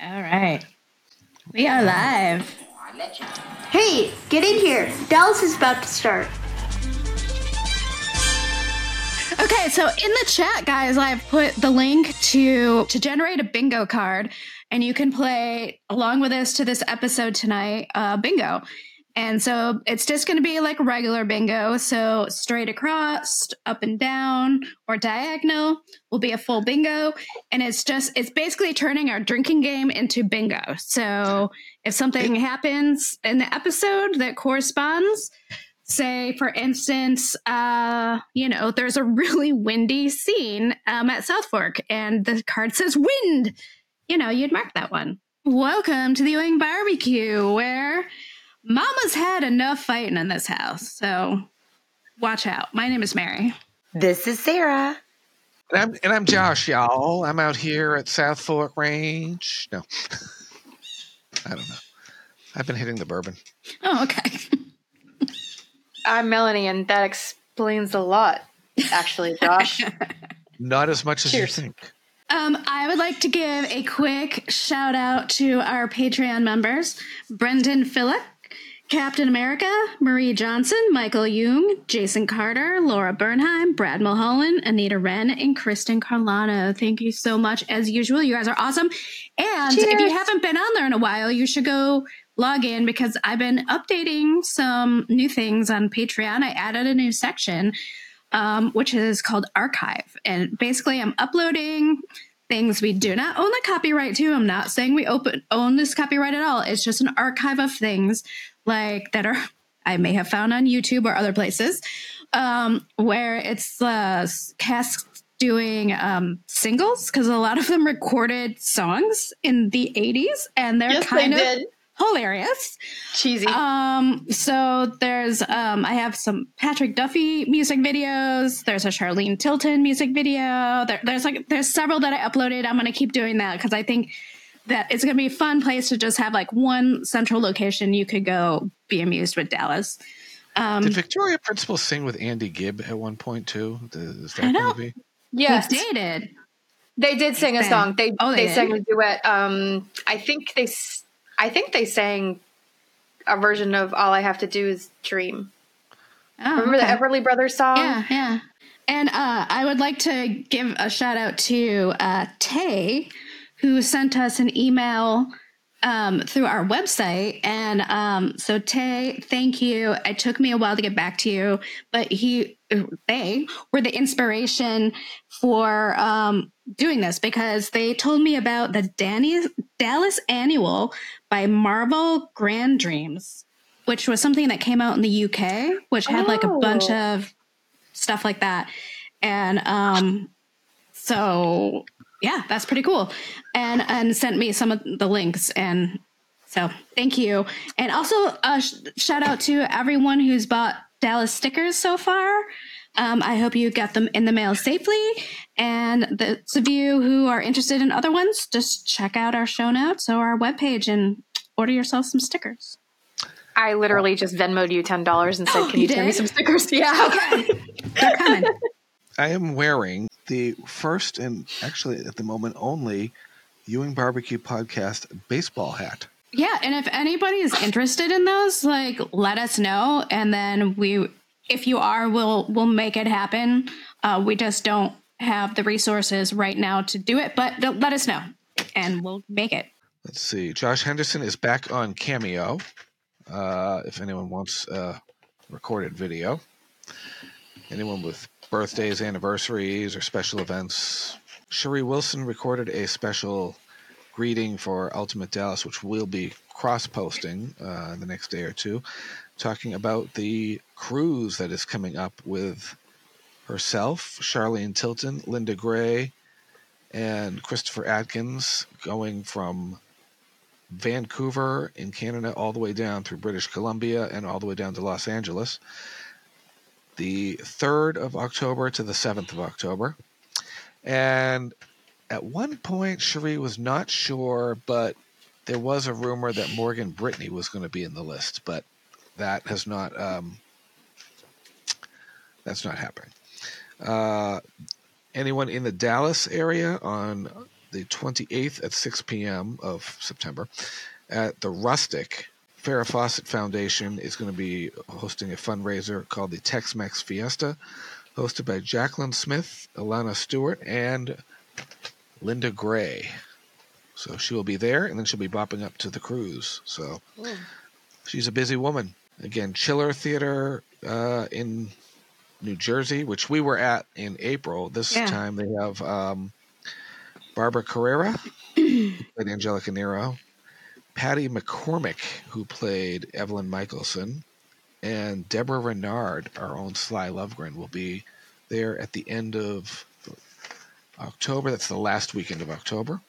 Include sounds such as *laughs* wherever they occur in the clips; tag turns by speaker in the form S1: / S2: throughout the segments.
S1: All right. We are live.
S2: Hey, get in here. Dallas is about to start.
S1: Okay, so in the chat, guys, I've put the link to to generate a bingo card, and you can play along with us to this episode tonight, uh, bingo. And so it's just going to be like regular bingo. So straight across, up and down, or diagonal will be a full bingo. And it's just, it's basically turning our drinking game into bingo. So if something happens in the episode that corresponds, say, for instance, uh, you know, there's a really windy scene um, at South Fork and the card says wind, you know, you'd mark that one. Welcome to the Ewing Barbecue, where Mama's had enough fighting in this house, so watch out. My name is Mary.
S3: This is Sarah.
S4: And I'm, and I'm Josh, y'all. I'm out here at South Fork Range. No, I don't know. I've been hitting the bourbon.
S1: Oh, okay.
S2: I'm Uh, Melanie, and that explains a lot, actually, *laughs* Josh.
S4: Not as much as
S2: Cheers.
S4: you think.
S1: Um, I would like to give a quick shout out to our Patreon members Brendan Phillip, Captain America, Marie Johnson, Michael Jung, Jason Carter, Laura Bernheim, Brad Mulholland, Anita Wren, and Kristen Carlano. Thank you so much. As usual, you guys are awesome. And if you
S2: Cheers.
S1: haven't been on there in a while, you should go log in because I've been updating some new things on Patreon. I added a new section um, which is called Archive. And basically, I'm uploading things we do not own the copyright to. I'm not saying we open, own this copyright at all. It's just an archive of things like that are I may have found on YouTube or other places um, where it's uh, casks doing um, singles because a lot of them recorded songs in the 80s and they're
S2: yes, they
S1: kind of
S2: did.
S1: hilarious.
S2: Cheesy.
S1: Um, so there's um I have some Patrick Duffy music videos, there's a Charlene Tilton music video. There, there's like there's several that I uploaded. I'm gonna keep doing that because I think that it's gonna be a fun place to just have like one central location you could go be amused with Dallas. Um
S4: Did Victoria Principal sing with Andy Gibb at one point, too? Th- Is
S1: I
S4: that
S1: know.
S4: movie?
S2: yes,
S1: who's dated.
S2: they did sing a
S1: Bang.
S2: song. They
S1: Oh, they
S2: they,
S1: did?
S2: sang a duet. Um, I think they s- I think they sang a version of "All I Have to Do Is Dream."
S1: Oh,
S2: Remember
S1: okay.
S2: the Everly Brothers song?
S1: Yeah, yeah. And uh, I would like to give a shout out to uh, Tay, who sent us an email um, through our website. And um, so, Tay, thank you. It took me a while to get back to you, but he, they were the inspiration for um, doing this because they told me about the Danny, Dallas Annual by Marvel Grand Dreams, which was something that came out in the UK, which had like a bunch
S2: Oh.
S1: of stuff like that. And um, so yeah, that's pretty cool. And and sent me some of the links and so thank you. And also uh, sh- shout out to everyone who's bought Dallas stickers so far. Um, I hope you got them in the mail safely. And those of you who are interested in other ones, just check out our show notes or our webpage and order yourself some stickers.
S2: I literally just Venmoed you ten dollars and said,
S1: Oh,
S2: "Can
S1: you
S2: you send me
S1: did?
S2: some stickers?" *laughs* Yeah.
S1: They're coming.
S4: I am wearing the first and actually at the moment only Ewing Barbecue Podcast baseball hat.
S1: Yeah, and if anybody is interested in those, like let us know, and then we, if you are, we'll we'll make it happen. Uh, we just don't have the resources right now to do it, but th- let us know, and we'll make it.
S4: Let's see. Josh Henderson is back on Cameo. Uh, if anyone wants uh, recorded video, anyone with birthdays, anniversaries, or special events, Sheree Wilson recorded a special greeting for Ultimate Dallas, which we'll be cross posting uh, the next day or two, talking about the cruise that is coming up with herself, Charlene Tilton, Linda Gray, and Christopher Atkins going from Vancouver in Canada all the way down through British Columbia and all the way down to Los Angeles. The 3rd of October to the 7th of October. And at one point, Cherie was not sure, but there was a rumor that Morgan Brittany was going to be in the list, but that has not, um, that's not happening. Uh, anyone in the Dallas area on the 28th at 6 p.m. of September at the Rustic. Farrah Fawcett Foundation is going to be hosting a fundraiser called the Tex Mex Fiesta, hosted by Jacqueline Smith, Alana Stewart, and Linda Gray. So she will be there, and then she'll be bopping up to the cruise. So
S2: Ooh.
S4: she's a busy woman. Again, Chiller Theater uh, in New Jersey, which we were at in April. This
S1: Yeah.
S4: time they have um, Barbara Carrera, who played Angelica Nero, Patty McCormick, who played Evelyn Michelson, and Deborah Renard, our own Sly Lovegren, will be there at the end of October. That's the last weekend of October.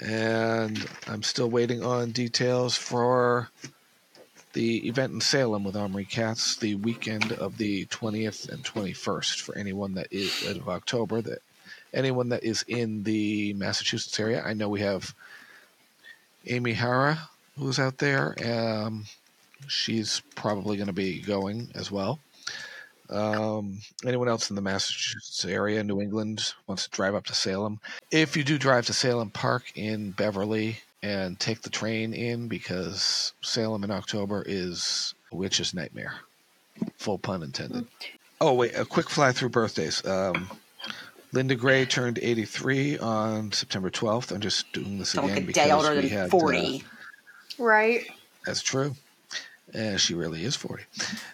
S4: And I'm still waiting on details for the event in Salem with Omri Katz the weekend of the 20th and 21st for anyone that is of October that anyone that is in the Massachusetts area. I know we have Amy Hara who's out there. Um, she's probably going to be going as well. Um, anyone else in the Massachusetts area, New England, wants to drive up to Salem? If you do drive to Salem Park in Beverly and take the train in, because Salem in October is a witch's nightmare. Full pun intended. Oh, wait, a quick fly through birthdays. Um, Linda Gray turned 83 on September 12th. I'm just doing this
S3: Don't
S4: again
S3: look a
S4: because
S3: day older
S4: we
S3: than
S4: had, uh,
S3: 40.
S2: Right.
S4: that's true. And she really is 40.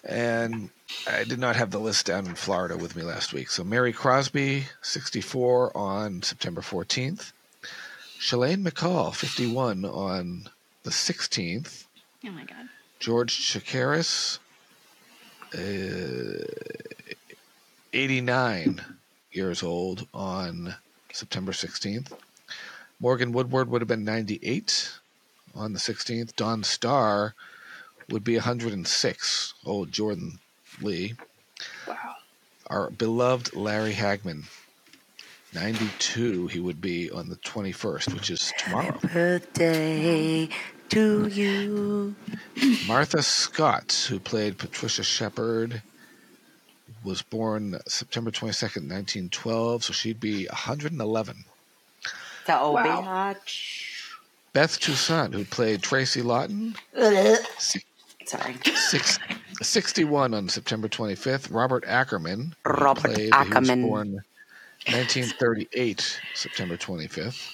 S4: And I did not have the list down in Florida with me last week. So Mary Crosby, 64 on September 14th. Shalane McCall, 51 on the 16th.
S1: Oh my god.
S4: George Chikaris, uh, 89 years old on September 16th. Morgan Woodward would have been 98 on the 16th. Don Starr would be 106. Old Jordan Lee.
S2: Wow.
S4: Our beloved Larry Hagman, 92 he would be on the 21st, which is tomorrow.
S3: Birthday to you.
S4: Martha Scott, who played Patricia Shepard, was born September 22nd, 1912, so she'd be 111.
S3: The old
S2: Wow.
S4: Beth Toussaint, who played Tracy Lawton,
S3: bitch. Sorry.
S4: six, 61 on September 25th. Robert Ackerman, who
S3: Robert Ackerman.
S4: He was born 1938, September 25th.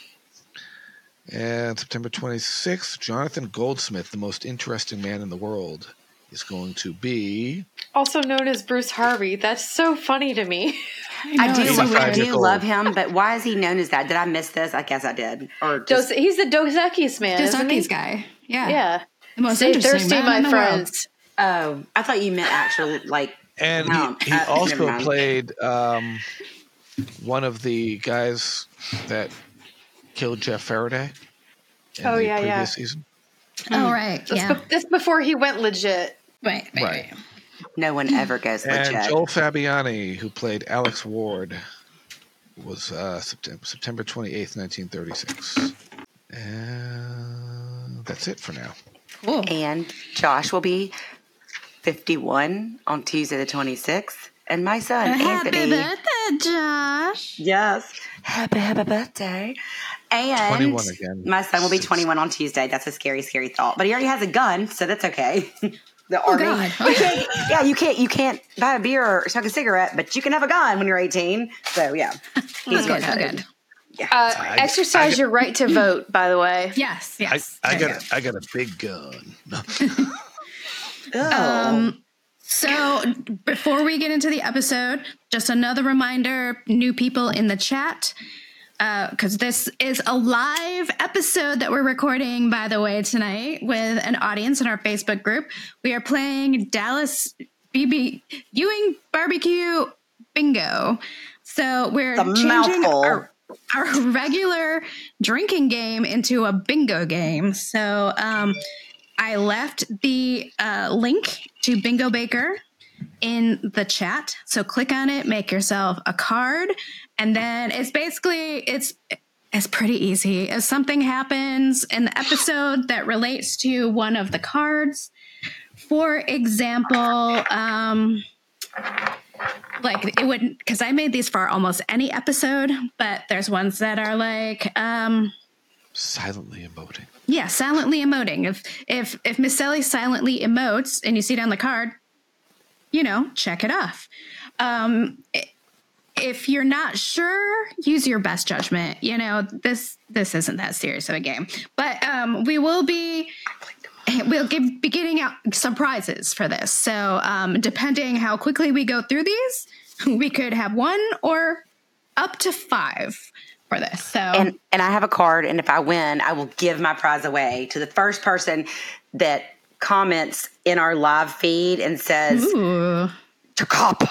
S4: And September 26th, Jonathan Goldsmith, the most interesting man in the world, is going to be
S2: Also known as Bruce Harvey. That's so funny to me.
S3: I do,
S1: it's so
S3: I
S1: weird.
S3: do
S4: years old.
S3: love him, but why is he known as that? Did I miss this? I guess I did. Or
S2: Dos-
S3: just,
S2: he's the Dos Equis man.
S1: Dos
S2: isn't he?
S1: Equis guy. Yeah.
S2: Yeah.
S1: The most
S2: Stay
S1: interesting
S2: thirsty,
S1: man
S2: my
S1: in the
S2: friends.
S3: oh, I thought you meant actual like.
S4: And
S3: No,
S4: he, he
S3: uh, never
S4: also
S3: mind.
S4: played um, one of the guys that killed Jeff Faraday in
S2: Oh,
S4: the
S2: yeah,
S4: previous
S2: yeah.
S4: season.
S1: World.
S2: Mm.
S1: Oh right.
S2: That's,
S1: Yeah.
S2: be- that's before he went legit.
S1: Right. Right.
S4: Right.
S1: right.
S3: No one ever goes legit.
S4: And Joel Fabiani, who played Alex Ward, was uh, September, September 28th, 1936. And that's it for now.
S1: Cool.
S3: And Josh will be 51 on Tuesday the 26th. And my son,
S1: Happy
S3: Anthony.
S1: birthday, Josh.
S3: Yes. Happy, happy birthday. And
S4: 21 again.
S3: my son will be
S4: Six.
S3: 21 on Tuesday. That's a scary, scary thought. But he already has a gun, so that's okay. *laughs* the
S1: Oh
S3: army.
S1: god.
S3: Yeah, you can't you can't buy a beer or smoke a cigarette, but you can have a gun when you're 18. So yeah. He's
S1: good. *laughs*
S3: going
S1: Oh, good.
S3: to
S2: Uh,
S4: I-
S2: exercise
S4: I-
S2: your
S1: *laughs*
S2: right to vote, by the way.
S1: Yes.
S4: I,
S1: Yes.
S4: I
S1: There we
S4: got a, I got a big gun. No.
S1: Um, so before we get into the episode, just another reminder, new people in the chat, because this is a live episode that we're recording, by the way, tonight with an audience in our Facebook group. We are playing Dallas BB Ewing Barbecue Bingo. So we're
S3: It's a
S1: changing
S3: mouthful.
S1: our, our regular drinking game into a bingo game. So um, I left the uh, link to Bingo Baker in the chat. So click on it, make yourself a card, and then it's basically it's it's pretty easy. If something happens in the episode that relates to one of the cards, for example, um, like it wouldn't because I made these for almost any episode, but there's ones that are like um
S4: Silently emoting.
S1: yeah, silently emoting. If if if Miss Sally silently emotes and you see it on the card, you know, check it off. Um i- if you're not sure, use your best judgment. You know, this this isn't that serious of a game. But um we will be we'll give, be getting out some prizes for this. So, um, depending how quickly we go through these, *laughs* we could have one or up to five for this. So,
S3: and and I have a card, and if I win, I will give my prize away to the first person that comments in our live feed and says
S1: ooh,
S3: Tacapa.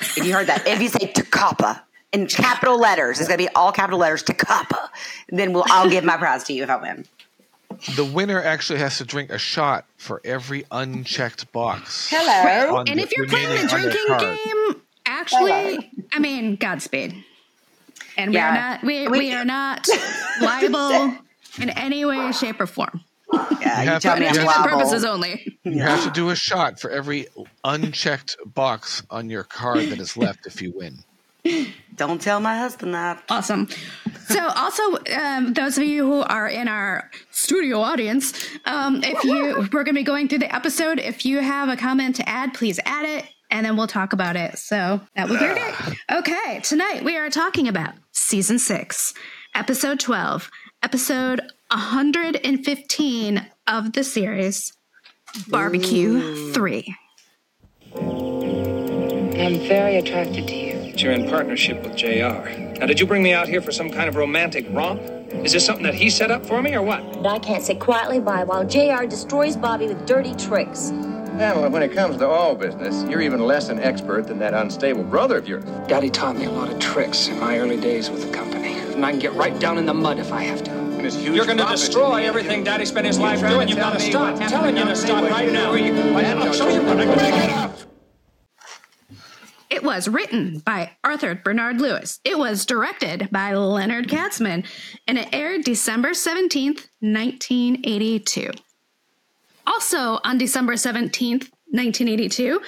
S3: If you heard that, if you say Tacapa in capital letters, it's gonna be all capital letters Tacapa. Then we'll I'll give my prize to you if I win.
S4: The winner actually has to drink a shot for every unchecked box.
S3: Hello.
S4: on
S1: and
S4: the
S1: if you're playing
S4: remaining
S1: the
S4: on their
S1: drinking
S4: card.
S1: game, actually, I mean, Godspeed. And we are
S3: Yeah.
S1: not we,
S3: We-
S1: we, are
S3: *laughs*
S1: not liable in any way, shape, or form.
S3: Yeah, you,
S4: have
S3: tell
S4: to-
S3: me I'm
S4: you
S1: Entertainment
S4: have
S3: liable.
S1: purposes only.
S4: You have to do a shot for every unchecked box on your card that is left if you win.
S3: Don't tell my husband that.
S1: Awesome. So, also, um, those of you who are in our studio audience, um, if you we're going to be going through the episode, if you have a comment to add, please add it, and then we'll talk about it. So that was your day. Okay, tonight we are talking about season six, episode twelve, episode one hundred and fifteen of the series, Barbecue Three.
S5: I'm very attracted to you.
S6: You're in partnership with JR. Now, did you bring me out here for some kind of romantic romp? Is this something that he set up for me or what?
S7: I can't sit quietly by while JR destroys Bobby with dirty tricks.
S8: Pamela, when it comes to all business, you're even less an expert than that unstable brother of yours.
S5: Daddy taught me a lot of tricks in my early days with the company, and I can get right down in the mud if I have to.
S8: And his huge
S6: You're going to
S8: profits-
S6: destroy everything Daddy spent his life
S8: trying to
S6: doing. You've
S8: tell
S6: got to
S8: me
S6: stop.
S8: what
S6: I'm telling you to
S8: happened
S6: stop
S8: on
S6: right
S8: Tabor?
S6: now.
S8: Where you- what
S6: Dad, I'll
S8: happened
S6: show
S8: on
S6: you what I
S8: Tabor?
S6: can make it up.
S1: It was written by Arthur Bernard Lewis. It was directed by Leonard Katzman, and it aired December 17th, 1982. Also on December 17th, 1982,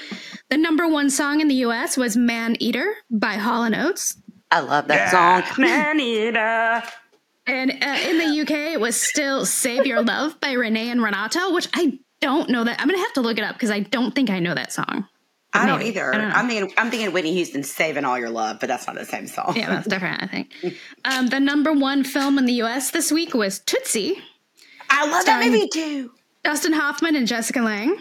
S1: the number one song in the US was Man Eater by Hall and Oates.
S3: I love that song. Manita.
S1: And uh, in the UK, it was still Save Your Love by Renee and Renato, which I don't know that. I'm going to have to look it up because I don't think I know that song.
S3: I don't
S1: Maybe.
S3: either.
S1: I don't know.
S3: I'm thinking I'm thinking Whitney Houston saving all your love, but that's not the same song.
S1: Yeah, that's different, I think. Um, the number one film in the US this week was Tootsie,
S3: I love that
S1: Starring-
S3: movie too.
S1: Dustin Hoffman and Jessica Lange.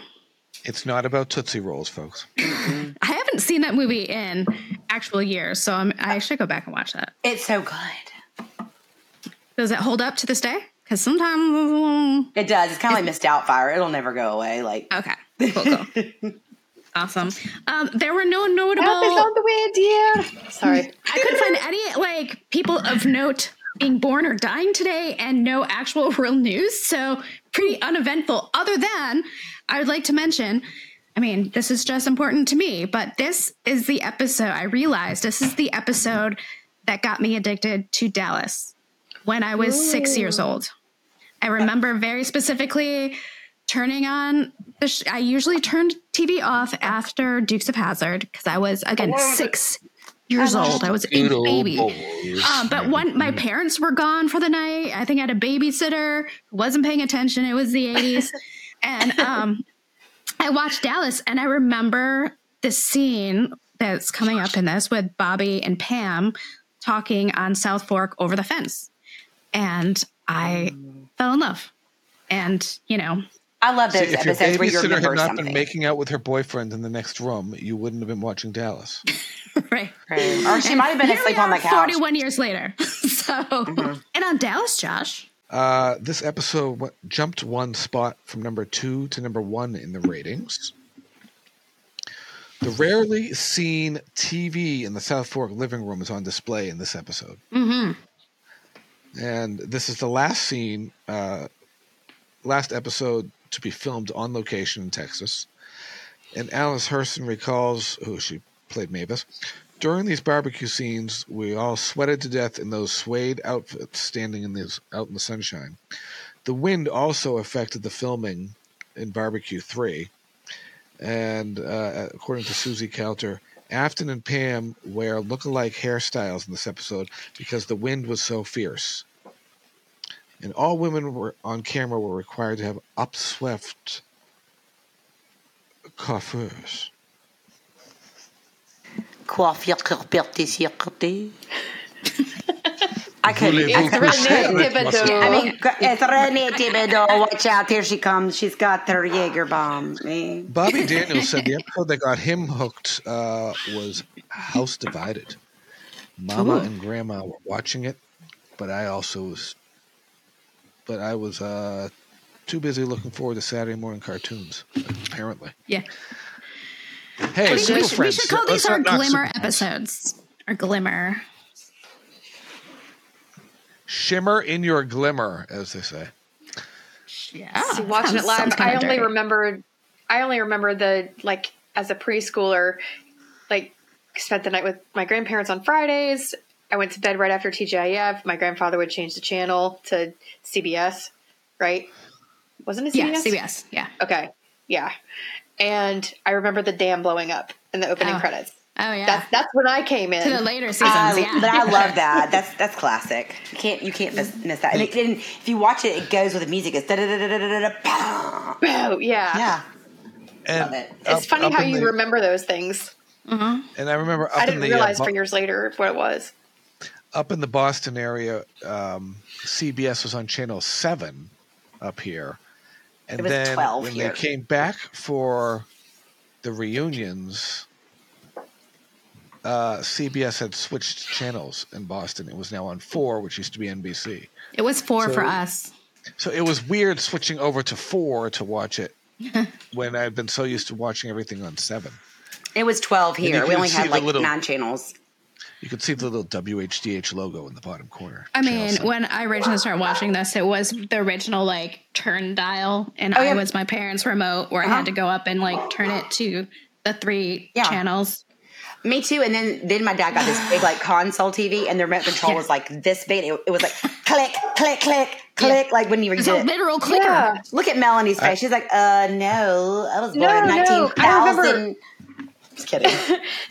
S4: It's not about Tootsie Rolls, folks.
S1: I haven't seen that movie in actual years, so I'm, I should go back and watch that.
S3: It's so good.
S1: Does it hold up to this day? Because sometimes.
S3: It does. It's kind of like Miss Doubtfire. It'll never go away. Like
S1: Okay, cool, cool. awesome. Um, there were no notable.
S2: Help is on the way,
S1: *laughs*
S2: dear. Sorry.
S1: I couldn't find any like people of note being born or dying today and no actual *laughs* real news. So pretty uneventful. Other than I would like to mention, I mean, this is just important to me, but this is the episode I realized this is the episode that got me addicted to Dallas when I was six years old. I remember very specifically turning on the sh- I usually turned TV off after Dukes of Hazard because I was again six years old. I was a baby. Um, but one, my parents were gone for the night. I think I had a babysitter who wasn't paying attention. It was the
S3: *laughs*
S1: eighties, and um, I watched Dallas, and I remember the scene that's coming up in this with Bobby and Pam talking on South Fork over the fence, and I
S3: Mm.
S1: fell in love. And you
S3: *laughs*
S1: know,
S3: I love those
S4: if your
S3: episodes where you
S4: babysitter
S3: remember
S4: had not
S3: something.
S4: been making out with her boyfriend in the next room, you wouldn't have been watching Dallas.
S1: right.
S3: Right. Or she might have been
S1: Here
S3: asleep
S1: we
S3: on
S1: are
S3: the couch.
S1: 41 years later. *laughs* so, and on Dallas, Josh.
S4: Uh, this episode w- jumped one spot from number two to number one in the ratings. The rarely seen TV in the South Fork living room is on display in this episode. Mm-hmm. And this is the last scene, uh, last episode to be filmed on location in Texas. And Alice Hurston recalls, who she played Mavis, during these barbecue scenes, we all sweated to death in those suede outfits standing in these out in the sunshine. The wind also affected the filming in Barbecue 3. And uh, according to Susie Calter, Afton and Pam wear look-alike hairstyles in this episode because the wind was so fierce. And all women were on camera were required to have upswept coiffures.
S3: Coiffure this year. I couldn't.
S4: Voulez-vous
S3: I couldn't.
S4: coucher avec
S2: René
S4: moi ce
S2: Thibodeau.
S4: soir?
S3: I mean, it's Renee Thibodeau. Watch out. Here she comes. She's got her Jaeger bomb. Eh?
S4: Bobby Daniels said the episode that got him hooked uh, was House Divided. Mama and Grandma were watching it, but I also was, but I was uh, too busy looking forward to Saturday morning cartoons. Apparently,
S1: Yeah.
S4: hey,
S1: We, we
S4: Super
S1: should, we
S4: Friends,
S1: should call
S4: let's
S1: these our
S4: not knock
S1: glimmer
S4: Super Friends.
S1: episodes. Our glimmer.
S4: Shimmer in your glimmer, as they say.
S1: Yeah. Oh,
S2: See, watching it
S1: sounds-
S2: live,
S1: Ah, sounds kinda
S2: I only
S1: dirty.
S2: remembered. I only remember the like as a preschooler, like spent the night with my grandparents on Fridays. I went to bed right after TGIF. My grandfather would change the channel to CBS, right? Wasn't it CBS?
S1: Yeah, CBS. Yeah.
S2: Okay, yeah. And I remember the dam blowing up in the opening
S1: Oh.
S2: credits.
S1: Oh yeah.
S2: That's Um, that's when I came in.
S1: to the later seasons.
S3: I-
S1: yeah.
S3: But I love that. That's that's classic. You can't you can't miss, miss that. And, it, and if you watch it, it goes with the music. It's da da da da da da da.
S2: Oh, yeah.
S3: Yeah.
S4: And
S3: Love it.
S2: It's
S4: up-
S2: funny
S4: up
S2: how
S4: in
S2: you
S4: the-
S2: remember those things.
S4: And I remember up
S2: I
S4: in
S2: didn't
S4: the uh,
S2: realize
S4: Bo-
S2: for years later what it was.
S4: up in the Boston area, um, CBS was on channel seven up here, and
S3: It was
S4: then
S3: 12
S4: when
S3: here.
S4: they came back for the reunions, uh, CBS had switched channels in Boston. It was now on four, which used to be NBC.
S1: *laughs* It was four for
S4: So-
S1: us.
S4: So it was weird switching over to four to watch it when I'd been so used to watching everything on seven.
S3: It was twelve
S4: you
S3: here. We
S4: can
S3: only
S4: see
S3: had
S4: the
S3: like
S4: little-
S3: nine channels.
S4: You could see the little WHDH logo in the bottom corner.
S1: I
S4: Channel
S1: mean,
S4: seven.
S1: when I originally started watching this, it was the original like turn dial, and
S2: Oh,
S3: yeah.
S1: I was my parents' remote where I had
S2: Uh-huh.
S1: to go up and like turn it to the three
S3: Yeah.
S1: channels.
S3: Me too. And then then my dad got this big
S2: *sighs*
S3: like console TV, and the remote control was like this big. It, it was like click click click click. Like when you were
S1: It's a
S3: did it.
S1: literal clicker.
S2: Yeah.
S3: Look at Melanie's face. She's like, uh, no, I was born
S2: No,
S3: in
S2: no,
S3: nineteen
S2: I remember-
S3: thousand. Just
S2: *laughs*
S3: kidding.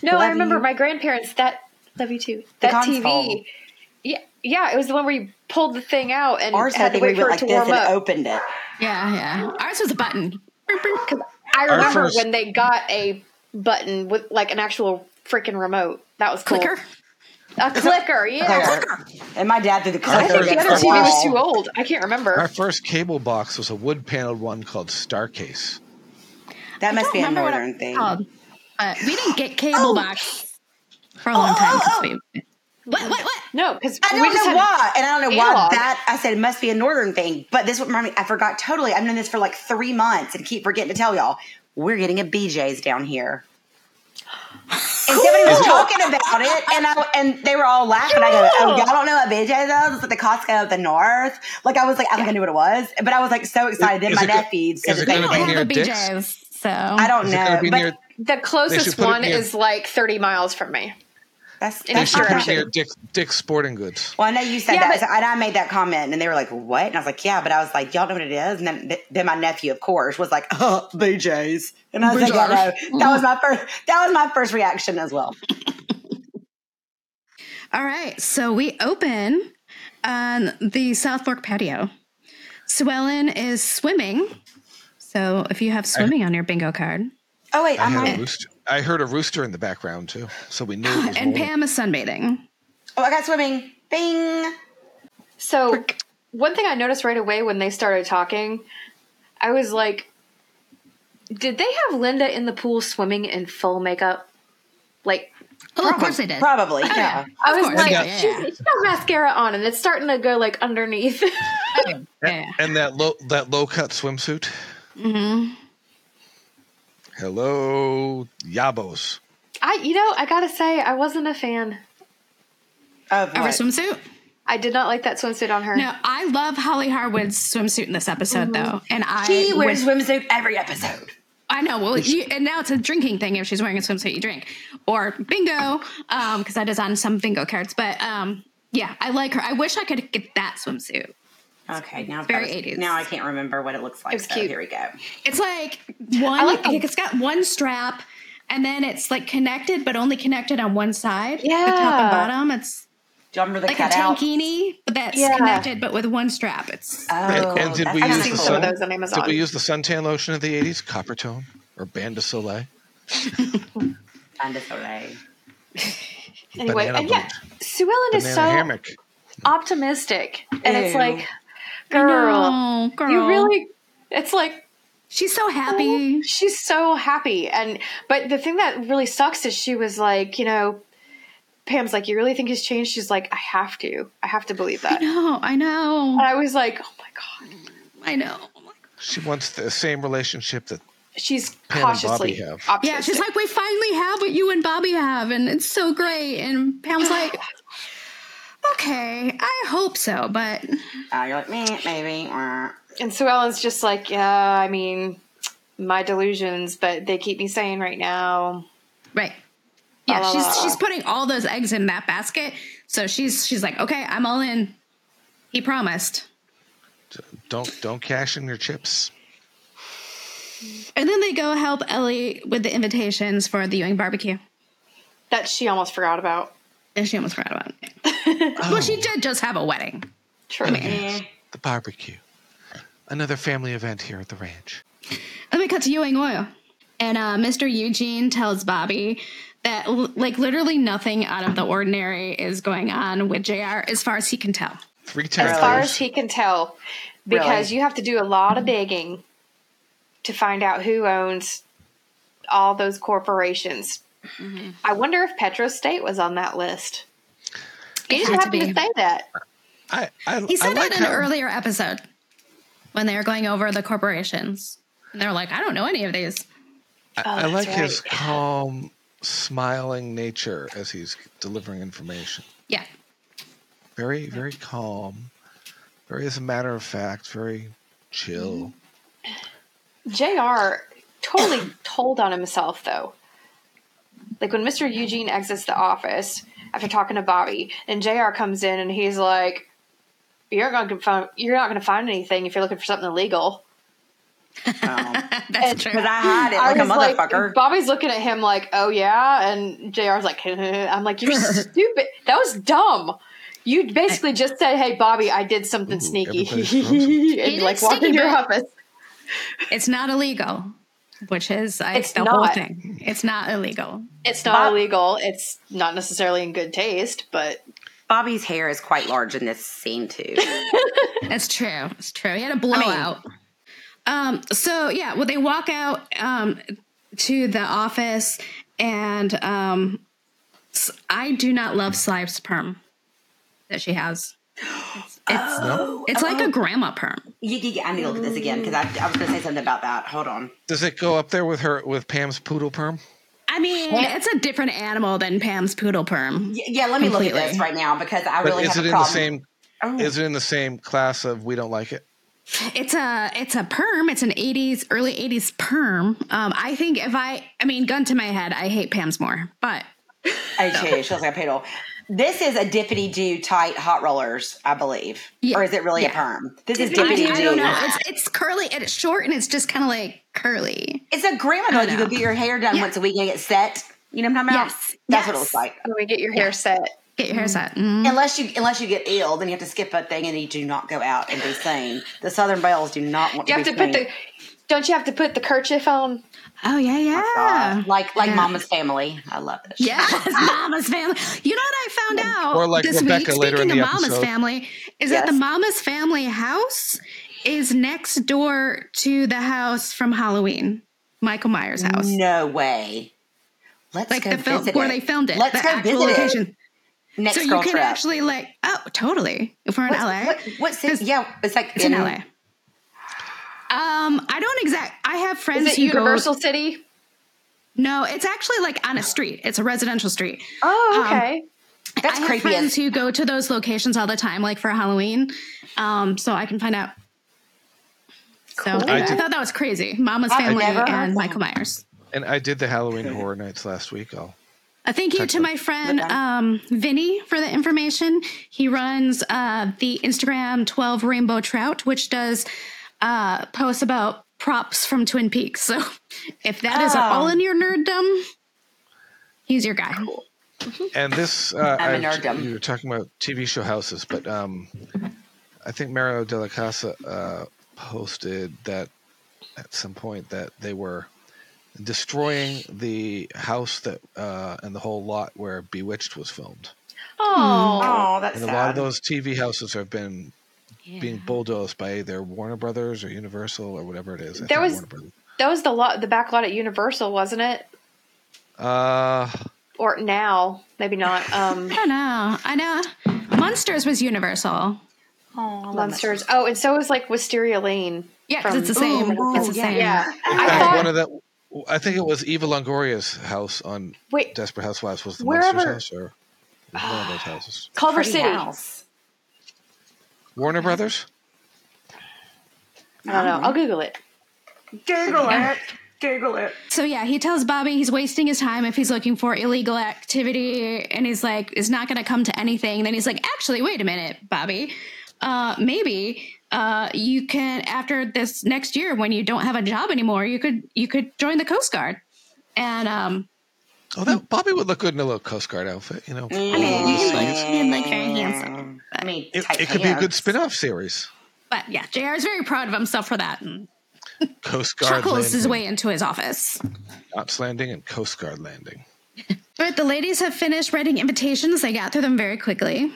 S2: No,
S3: Love
S2: I remember
S3: you.
S2: my grandparents that love you too. That
S3: console.
S2: TV. Yeah, yeah, it was the one where you pulled the thing out and
S3: Ours
S2: had
S3: had
S2: to
S3: we went
S2: wait for it
S3: like
S2: to
S3: this
S2: warm
S3: and
S2: up.
S3: opened it.
S1: Yeah, yeah. Ours was a button.
S2: I
S4: Our
S2: remember
S4: first-
S2: when they got a button with like an actual freaking remote. That was cool.
S1: Clicker.
S2: A clicker, yeah.
S3: And my dad did the
S2: I think the
S4: Clicker.
S2: other
S4: Clicker.
S2: TV was too old. I can't
S4: Our
S2: remember.
S4: first cable box was a wood paneled one called Starcase.
S3: That must
S1: don't
S3: be a
S1: remember what it
S3: northern
S1: was
S3: thing.
S1: called, but we didn't
S2: Oh.
S1: get cable box for a long time 'cause we. What? What? What?
S2: No, because
S3: I
S2: we
S3: don't
S2: just
S3: know
S2: had
S3: why, and I don't know why
S2: analog.
S3: that. I said it must be a northern thing, but this would remind me. I forgot totally. I've known this for like three months and keep forgetting to tell y'all. We're getting a BJ's down here, and somebody was talking about it, and I and they were all laughing. I go, "Oh, y'all don't know what BJ's is? It's at the Costco of the North." Like I was like, I think I knew what it was, but I was like so excited. Then
S4: Is
S3: my
S4: it go-
S3: nephew said
S4: is
S3: the
S4: it
S3: same
S4: gonna be
S1: I
S3: thing.
S1: have
S4: near
S1: a
S4: Dick's?
S1: BJ's, so
S3: I don't
S4: Is it going
S3: know,
S4: to be
S3: Oh, but
S4: near?
S2: the closest
S4: put it
S2: one
S4: near-
S2: is like thirty miles from me.
S3: that's
S2: They
S4: They
S3: that's
S4: should
S3: not
S4: put it
S2: Direction.
S4: near Dick, Dick's Sporting Goods.
S3: Well, I know you said
S2: Yeah,
S3: that,
S2: but-
S3: so- and I made that comment, and they were like, "What?" And I was like, "Yeah," but I was like, "Y'all know what it is." And then, th- then my nephew, of course, was like, oh, "BJ's," and I was like, "Yeah,
S4: *laughs*
S3: no." That was my first. That was my first reaction as well.
S1: All right, so we open on the South Fork patio. Swellen is swimming. So if you have swimming on your bingo card,
S3: Oh wait,
S4: I
S3: I'm
S4: had a
S3: on.
S4: rooster. I heard a rooster in the background too, so we knew. It was
S1: and
S4: morning.
S1: Pam is sunbathing.
S3: Oh, I got swimming. Bing.
S2: So one thing I noticed right away when they started talking, I was like, did they have Linda in the pool swimming in full makeup? Like
S1: Oh, of course they did.
S3: Probably. Yeah.
S2: I was
S1: course,
S2: like,
S1: yeah, yeah,
S2: she's,
S1: yeah.
S2: she's got mascara on and it's starting to go like underneath. *laughs*
S1: Yeah.
S4: and that low that low cut swimsuit. Hello, Yabos.
S2: I, you know, I gotta say, I wasn't a fan.
S3: Of
S1: Over
S3: what?
S1: swimsuit?
S2: I did not like that swimsuit on her.
S1: No, I love Holly Harwood's swimsuit in this episode though. And I
S3: she wears
S1: would-
S3: swimsuit every episode.
S1: I know. Well, you, and now it's a drinking thing. If she's wearing a swimsuit, you drink or bingo, because I designed some bingo cards. But um, yeah, I like her. I wish I could get that swimsuit.
S3: Okay, now I've
S1: Very
S3: got-
S1: 80s.
S3: Now I can't remember what it looks like.
S2: was
S3: so
S2: cute.
S3: Here we go.
S1: It's like one.
S2: like the-
S1: it's got one strap, and then it's like connected, but only connected on one side. Yeah, the top and bottom. It's
S3: Do you remember the
S1: like a
S3: cutout?
S1: tankini, but that's
S2: Yeah.
S1: connected, but with one strap. It's
S4: And,
S3: Oh,
S4: and did
S3: that's
S4: we
S2: I've
S4: use
S2: seen
S3: cool.
S4: the
S2: some of
S4: sun,
S2: those on Amazon.
S4: Did we use the suntan lotion of the '80s, Copper Tone or Band de Soleil?
S3: Kind of soleil.
S2: Anyway,
S4: Banana
S2: and yeah, Sue Ellen is
S4: Banana
S2: so
S4: hammock.
S2: optimistic, and it's
S3: Ew.
S2: like,
S1: I
S2: girl,
S1: know, girl.
S2: you really. It's like
S1: She's so happy.
S2: she's so happy, and but the thing that really sucks is she was like, you know, Pam's like, you really think he's changed? She's like, I have to, I have to believe that. And
S1: No, I know.
S2: I was like, oh my god,
S1: I know.
S2: Uh,
S1: I'm like,
S4: She wants the same relationship that uh,
S2: she's
S4: Pam and Bobby
S2: cautiously
S4: have.
S2: optimistic.
S1: Yeah, she's like, we finally have what you and Bobby have, and it's so great. And Pam's like, okay, I hope so, but
S3: Uh, you're like, meh, maybe.
S2: *laughs*
S3: wah."
S2: And Sue Ellen's just like, yeah, I mean, my delusions, but they keep me sane right now.
S1: right. Yeah,
S2: La, la,
S1: she's
S2: la.
S1: she's putting all those eggs in that basket. So she's she's like, okay, I'm all in. He promised.
S4: don't don't cash in your chips.
S1: And then they go help Ellie with the invitations for the Ewing barbecue.
S2: That she almost forgot about.
S1: And she almost forgot about it.
S2: *laughs*
S1: Well, she did just have a wedding.
S2: True.
S4: The barbecue, another family event here at the ranch.
S1: Let me cut to Ewing Oil. And uh, Mr. Eugene tells Bobby that, l- like, literally nothing out of the ordinary is going on with JR as far as he can tell.
S4: Three
S2: as far as
S4: tacos.
S2: he can tell, because
S3: Really?
S2: you have to do a lot
S1: Mm-hmm.
S2: of digging to find out who owns all those corporations.
S1: Mm-hmm.
S2: I wonder if Petrostate was on that list.
S1: It
S2: He
S1: had to
S2: happened to,
S1: be.
S2: say that.
S4: I, I,
S1: He said
S4: I like
S1: it in an
S4: how-
S1: earlier episode when they were going over the corporations. And they're like, I don't know any of these.
S4: I, I
S2: that's
S4: like his
S2: right.
S4: calm, smiling nature as he's delivering information.
S1: Yeah.
S4: Very, very calm. Very, as a matter of fact, very chill.
S2: JR totally told on himself, though. Like when Mr. Eugene exits the office after talking to Bobby, and JR comes in and he's like, you're not gonna find you're not gonna find anything if you're looking for something illegal.
S1: That's true.
S3: Because Oh. I hide it like a
S2: I was
S3: motherfucker.
S2: Bobby's looking at him like, "Oh yeah," and Jr's like, "I'm
S3: *laughs*
S2: like, you're stupid. That was dumb. You basically just said, hey, Bobby, I did something
S4: Ooh,
S2: sneaky.' *laughs*
S4: everybody's frozen.
S2: and
S1: did
S2: like walked
S1: sneaky,
S2: into your
S1: but-
S2: office.
S1: It's not illegal, which is like,
S2: It's
S1: the whole
S2: not.
S1: thing. It's not illegal.
S2: It's not illegal. It's not necessarily in good taste, but
S3: Bobby's hair is quite large in this scene too.
S1: It's true. It's true. He had a blowout. um, so yeah, well, they walk out um, to the office, and um, s- I do not love Slive's perm that she has. It's it's, it's like a
S4: Oh.
S1: grandma perm.
S3: You- you- I need to look at this again because I, I was going to say something about that. Hold on.
S4: Does it go up there with her with Pam's poodle perm?
S1: I mean, it's a different animal than Pam's poodle perm.
S3: Y- yeah, let me look at
S1: Completely.
S3: this right now because I
S4: But
S3: really
S4: is
S3: have a
S4: it in the
S3: problem.
S4: same? Is it in the same class of we don't like it?
S1: It's a it's a perm. It's an '80s, early '80s perm. Um, I think if I, I mean, gun to my head, I hate Pam's more, but
S3: I do. She looks Oh, like a poodle. This is a dippity do tight hot rollers, I believe.
S1: Yeah.
S3: Or is it really a
S1: Yeah.
S3: perm? This is
S1: I,
S3: dippity
S1: I don't know.
S3: do.
S1: It's, it's curly and it's short and it's just kind of like curly.
S3: It's a grandma
S1: I
S3: You
S1: know.
S3: go get your hair done
S1: Yeah.
S3: once a week and get set. You know what I'm talking about?
S1: Yes.
S3: That's what
S1: Yes.
S3: it looks like.
S2: when we get your hair set,
S1: Get your hair set. Mm.
S3: Unless you unless you get ill, then you have to skip a thing and you do not go out and be sane. The Southern Belles do not want
S2: you
S3: to
S2: have
S3: be
S2: to put the
S3: seen.
S2: don't you have to put the kerchief on?
S1: Oh yeah, yeah.
S3: God. like like
S1: Yeah.
S3: Mama's family. I love this.
S1: Yes, Mama's family. You know what I found out
S4: Or like
S1: this
S4: Rebecca
S1: week?
S4: later
S1: Speaking
S4: in the
S1: of Mama's
S4: episode.
S1: family, is that the
S2: Yes.
S1: Mama's family house is next door to the house from Halloween, Michael Myers' house,
S3: No way. Let's
S1: like
S3: go
S1: the film
S3: visit
S1: where
S3: it.
S1: they filmed it.
S3: Let's
S1: the
S3: go
S1: actual
S3: visit it.
S1: location.
S3: Next
S1: So you
S3: girl
S1: can
S3: trip.
S1: actually like, oh, totally. If we're in
S3: What's-
S1: LA,
S3: What, what city-
S1: It's-
S3: Yeah, it's like Mm,
S1: it's in LA. Um, I don't exact. I have friends
S2: Is it
S1: who go-
S2: Universal City?
S1: No, it's actually like on a street. It's a residential street.
S2: Oh,
S3: Uh-huh.
S1: Um,
S2: okay.
S3: That's
S1: I have
S3: creepy.
S1: friends
S3: As,
S1: who go to those locations all the time, like for Halloween. Um, so I can find out. So anyway, I,
S4: I did-
S1: thought that was crazy. Mama's family
S3: never heard
S1: and
S3: that.
S1: Michael Myers.
S4: And I did the Halloween Horror Nights last week. I'll
S1: Uh, thank you to my friend um, Vinny for the information. He runs uh, the Instagram 12 Rainbow Trout, which does *laughs*
S3: Oh.
S1: uh, posts about props from Twin Peaks. So if that is all in your nerddom, He's your guy.
S4: And this, uh,
S3: I'm a
S4: I've-
S3: nerdum.
S4: you were talking about TV show houses, but um, I think Mario de la Casa uh, posted that at some point that they were destroying the house that uh, and the whole lot where Bewitched was filmed.
S2: Oh,
S3: Oh, that's
S4: And a
S3: sad.
S4: lot of those TV houses have been
S1: Yeah.
S4: being bulldozed by either Warner Brothers or Universal or whatever it is. I
S2: There
S4: think
S2: was-
S4: Warner Brothers.
S2: that was the lot, the back lot at Universal, wasn't it?
S4: Uh,
S2: Or now, maybe not. Um,
S1: I don't know. I know. Monsters was Universal.
S2: Monsters. Oh, and so was like Wisteria Lane.
S1: Yeah, 'cause
S2: From-
S1: it's the same.
S3: Ooh,
S1: it's the
S3: yeah.
S1: same.
S2: Yeah,
S4: in
S2: I
S4: fact,
S2: thought.
S4: one of the. I think it was Eva Longoria's house on
S2: *laughs* wait,
S4: Desperate Housewives was the
S2: Wherever-
S4: Monsters house, or it was one of those houses.
S2: Culver
S3: Pretty
S2: City.
S3: house.
S4: Warner Brothers.
S2: I don't know. I'll Google it.
S3: Google it. Google it.
S1: So yeah, he tells Bobby he's wasting his time if he's looking for illegal activity, and he's like, it's not going to come to anything. Then he's like, actually, wait a minute, Bobby, uh, maybe uh, you can after this next year when you don't have a job anymore, you could you could join the Coast Guard. And um,
S4: Oh, that Bobby would look good in a little Coast Guard outfit. You know,
S1: I
S4: Oh,
S1: mean, he's like, he's like very handsome,
S3: I mean,
S4: it,
S3: tight
S4: it could be a good
S3: pants.
S4: spin-off series.
S1: but yeah, Jr. is very proud of himself for that. And
S4: Coast Guard
S1: chuckles his
S4: landing,
S1: way into his office.
S4: Ops landing, and Coast Guard landing.
S1: But the ladies have finished writing invitations. They got through them very quickly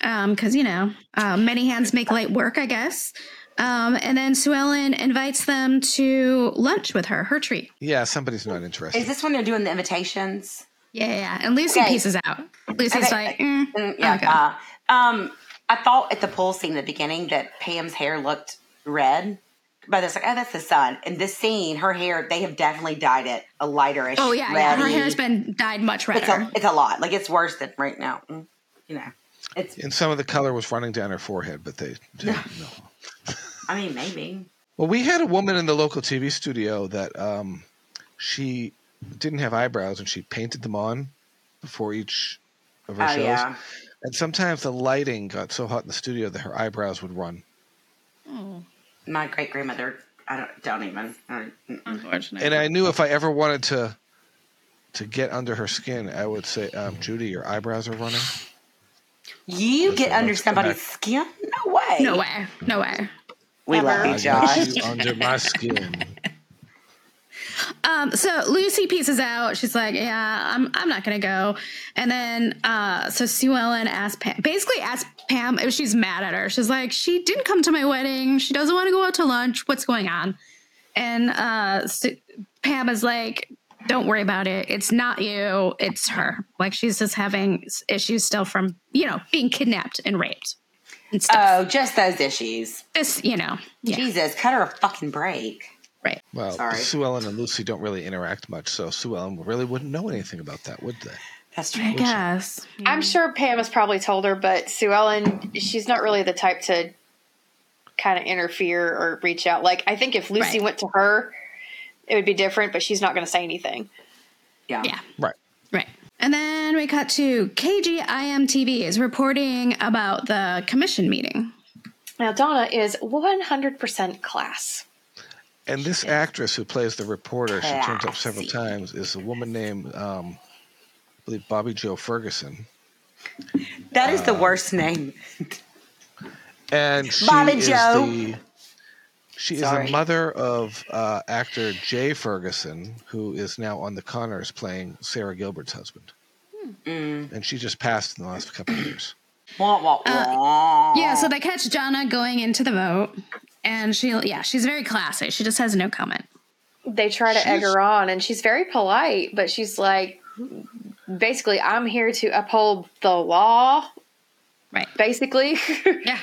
S1: because, you know, uh, many hands make light work, I guess. Um, and then Sue Ellen invites them to lunch with her, her treat.
S4: Yeah, somebody's not interested.
S3: Is this when they're doing the invitations?
S1: Yeah, yeah, yeah. And Lucy
S3: Okay.
S1: pieces out. Lucy's
S3: Okay.
S1: like, mm,
S3: Mm,
S1: yeah,
S3: yeah. uh, um, I thought at the pool scene at the beginning that Pam's hair looked red, but it's like, oh, that's the sun. In this scene, her hair, they have definitely dyed it a lighterish.
S1: Oh, yeah, yeah. Her
S3: reddy-
S1: hair's been dyed much
S3: It's
S1: redder.
S3: a, it's a lot. Like it's worse than right now. Mm, You know, it's.
S4: and some of the color was running down her forehead, but they, they no.
S3: I mean, maybe.
S4: Well, we had a woman in the local TV studio that um, she didn't have eyebrows and she painted them on before each of her
S3: Oh
S4: shows.
S3: yeah.
S4: And sometimes the lighting got so hot in the studio that her eyebrows would run.
S3: My great grandmother. I don't. Don't even. mm. I don't- mm-mm.
S4: And I knew if I ever wanted to to get under her skin, I would say, um, "Judy, your eyebrows are running."
S3: You get
S4: let's
S3: under
S4: go
S3: somebody's
S4: back.
S3: skin? No way.
S1: No way. No way.
S3: We love
S1: *laughs*
S3: you, Josh.
S4: you under my skin.
S3: *laughs*
S1: Um, so Lucy pieces out. She's like, "Yeah, I'm I'm not gonna go." And then uh, so Sue Ellen asks Pam, basically asks Pam if she's mad at her. She's like, "She didn't come to my wedding. She doesn't want to go out to lunch. What's going on?" And uh, Su- Pam is like, "Don't worry about it. It's not you. It's her. Like she's just having s- issues still from you know being kidnapped and raped and stuff.
S3: Oh, just those issues.
S1: this you know, yeah,
S3: Jesus, cut her a fucking break.
S1: right."
S4: Well,
S3: Sorry.
S4: Sue Ellen and Lucy don't really interact much, so Sue Ellen really wouldn't know anything about that, would they?
S3: That's
S1: I
S3: true.
S1: guess.
S2: I'm sure Pam has probably told her, but Sue Ellen, she's not really the type to kind of interfere or reach out. Like, I think if Lucy
S1: Right.
S2: went to her, it would be different, but she's not going to say anything.
S3: Yeah.
S1: Yeah.
S4: Right.
S1: Right. And then we cut to KGIM TV is reporting about the commission meeting.
S2: Now, Donna is 100% class.
S4: And this actress who plays the reporter, she turns up several
S3: Classy.
S4: times, is a woman named, um, I believe, Bobby Joe Ferguson.
S3: That
S1: Uh,
S3: is the worst name.
S4: And she
S3: Bobby
S4: is
S3: Joe.
S4: the she is
S3: Sorry.
S4: the mother of uh, actor Jay Ferguson, who is now on The Connors playing Sarah Gilbert's husband.
S3: Hmm.
S4: And she just passed in the last couple of years.
S3: Wah, wah,
S1: uh,
S3: wah.
S1: Yeah, so they catch Jonna going into the vote and she yeah, she's very classy. She just has no comment.
S2: They try to egg
S4: She's-
S2: her on, and she's very polite, but she's like, basically, I'm here to uphold the law,
S1: Right.
S2: basically. *laughs*
S1: Yeah.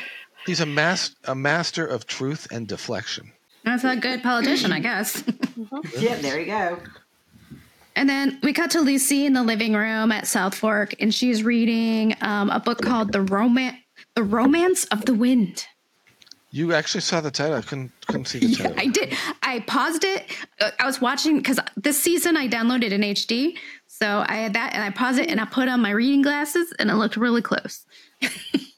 S4: He's a, mas- a master of truth and deflection.
S1: That's a good politician, I guess.
S3: yeah, there you go.
S1: And then we cut to Lucy in the living room at South Fork and she's reading um, a book called The Romance The Romance of the Wind.
S4: You actually saw the title. I couldn't,
S3: *laughs*
S4: couldn't see the title.
S1: I did. I paused it. Uh, I was watching because this season I downloaded in HD. So I had that and I paused it and I put on my reading glasses and it looked really close.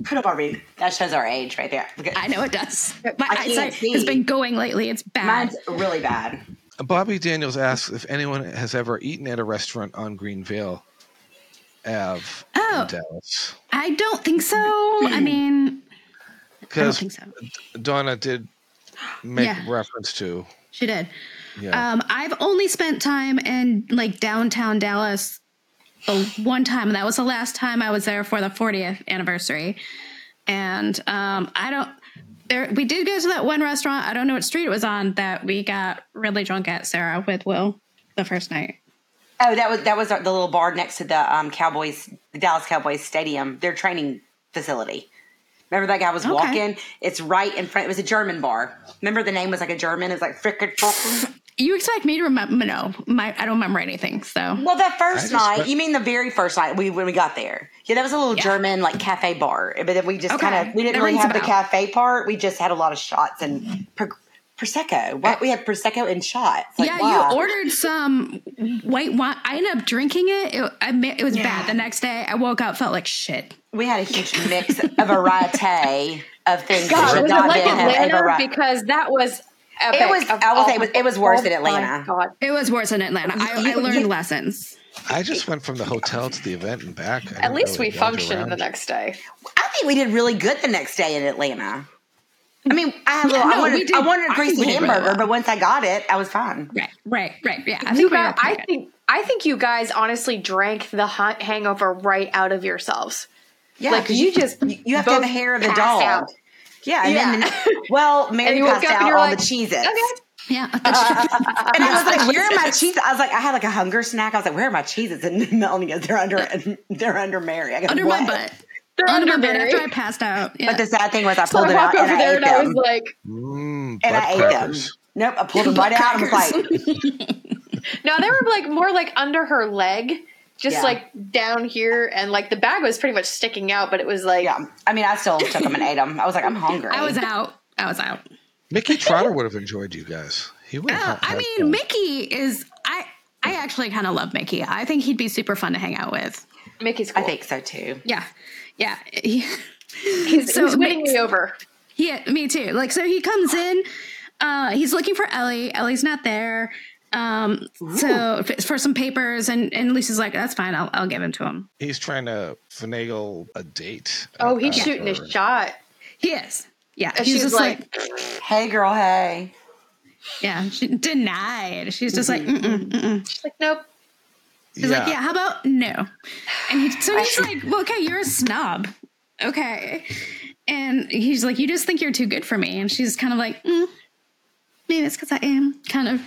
S3: Put up our read. That shows our age right there. Okay.
S1: I know it does. My
S3: can't
S1: eyesight
S3: see.
S1: has been going lately. It's bad.
S3: Mine's really bad.
S4: Bobby Daniels asks if anyone has ever eaten at a restaurant on Greenvale Ave
S1: Oh.
S4: in Dallas.
S1: I don't think so. I mean, I don't
S4: Because
S1: think so.
S4: Donna did make
S1: Yeah.
S4: reference to.
S1: She did.
S4: Yeah.
S1: Um, I've only spent time in like downtown Dallas the one time. and That was the last time I was there for the 40th anniversary. And um, I don't. There, we did go to that one restaurant. I don't know what street it was on that we got really drunk at Sarah with Will the first night.
S3: Oh, that was that was the little bar next to the um, Cowboys, the Dallas Cowboys stadium, their training facility. Remember that guy was
S1: Okay.
S3: walking? It's right in front. It was a German bar. Remember the name was like a German. It was like Fricker.
S1: You expect me to remember? No, my I don't remember anything. So
S3: Well, that
S4: I
S3: first
S4: just
S3: night,
S4: went-
S3: you mean the very first night we when we got there? Yeah, that was a little
S1: Yeah.
S3: German like cafe bar, but then we just
S1: Okay.
S3: kind of we didn't
S1: That
S3: really
S1: rings a
S3: have the
S1: bell.
S3: cafe part. We just had a lot of shots and pro- prosecco. What we had prosecco and shots. Like,
S1: yeah,
S3: wow.
S1: you ordered some white wine. I ended up drinking it. It, I, admit it was bad. The next day, I woke up, felt like shit.
S3: We had a huge mix of variety of things. that
S2: God,
S3: should
S2: was it
S3: not
S2: like
S3: been have a
S2: Atlanta?
S3: variety-
S2: Because that was epic.
S3: It was-
S2: of
S3: I will
S2: all
S3: say it was-
S2: my-
S3: it was worse than
S2: oh my
S3: Atlanta.
S2: God.
S1: It was worse in Atlanta. I, I learned
S3: you-
S1: lessons.
S4: I just went from the hotel to the event and back. I
S2: At
S4: didn't
S2: least
S4: really
S2: we
S4: wander
S2: functioned the
S4: around.
S2: next day.
S3: I think we did really good the next day in Atlanta. I mean, I had a little.
S1: Yeah,
S3: I
S1: no,
S3: wanted,
S1: we did-
S3: I wanted a
S1: I think
S3: greasy
S1: we did really
S3: hamburger,
S1: well.
S3: but once I got it, I was fine.
S1: Right, right, right. Yeah, I
S2: You
S1: think we were
S2: guys, I
S1: okay.
S2: think I think you guys honestly drank the ha- hangover right out of yourselves.
S3: Yeah,
S2: Like,
S3: 'cause
S2: you just
S3: you, you have to have the
S2: both
S3: hair of the
S2: passed
S3: dog.
S2: out.
S3: Yeah, and
S2: Yeah.
S3: then
S2: *laughs*
S3: well, Mary
S2: you woke
S3: passed
S2: up and
S3: out
S2: you're
S3: all
S2: like,
S3: the cheeses,
S2: Okay.
S1: Yeah,
S3: and I was like, "Where
S2: *laughs*
S3: are my cheeses?" I was like, "I had like a hunger snack." I was like, "Where are my cheeses?" And *laughs* Melanie goes, "They're under, they're under Mary." I go,
S1: under
S3: what?
S1: my butt.
S2: They're
S1: Under my butt
S2: underbelly.
S1: after I passed out. Yeah.
S3: But the sad thing was, I
S2: So
S3: pulled
S2: I
S3: it
S2: walk
S3: out and
S2: over
S3: I
S2: there
S3: ate
S2: and I
S3: them,
S2: was like,
S4: Mm,
S3: and
S4: butt
S3: I ate
S4: crackers.
S3: them. Nope, I pulled them right out. I was like,
S2: no, they were like more like under her leg, just
S3: Yeah.
S2: like down here, and like the bag was pretty much sticking out, but it was like
S3: "Yeah." I mean, I still took them and ate them. I was like, "I'm hungry."
S1: I was out. I was out.
S4: Mickey Trotter would have enjoyed you guys. He would.
S1: Oh,
S4: have
S1: I
S4: had
S1: mean,
S4: fun.
S1: Mickey is. I I actually kind of love Mickey. I think he'd be super fun to hang out with.
S2: Mickey's
S3: I
S2: cool.
S3: think so too.
S1: Yeah, yeah. *laughs*
S2: he's,
S1: so
S2: he's winning
S1: Mick's-
S2: me over.
S1: Yeah, me too. Like, so he comes in, uh, he's looking for Ellie. Ellie's not there. Um, so f- for some papers, and, and Lucy's like, that's fine, I'll, I'll give him to him.
S4: He's trying to finagle a date. uh,
S2: Oh, he's shooting his
S4: after-
S2: shot.
S1: He is. Yeah.
S2: And
S1: he's
S2: she's
S1: just
S2: like,
S1: like,
S3: Hey, girl. Hey.
S1: yeah, she denied. She's just
S4: Mm-hmm.
S1: like, mm-mm.
S2: she's like, nope.
S1: She's like, yeah, how about no? And he, so he's like, well, okay, you're a snob. Okay. And he's like, you just think you're too good for me. And she's kind of like, mm, maybe it's because I am kind of.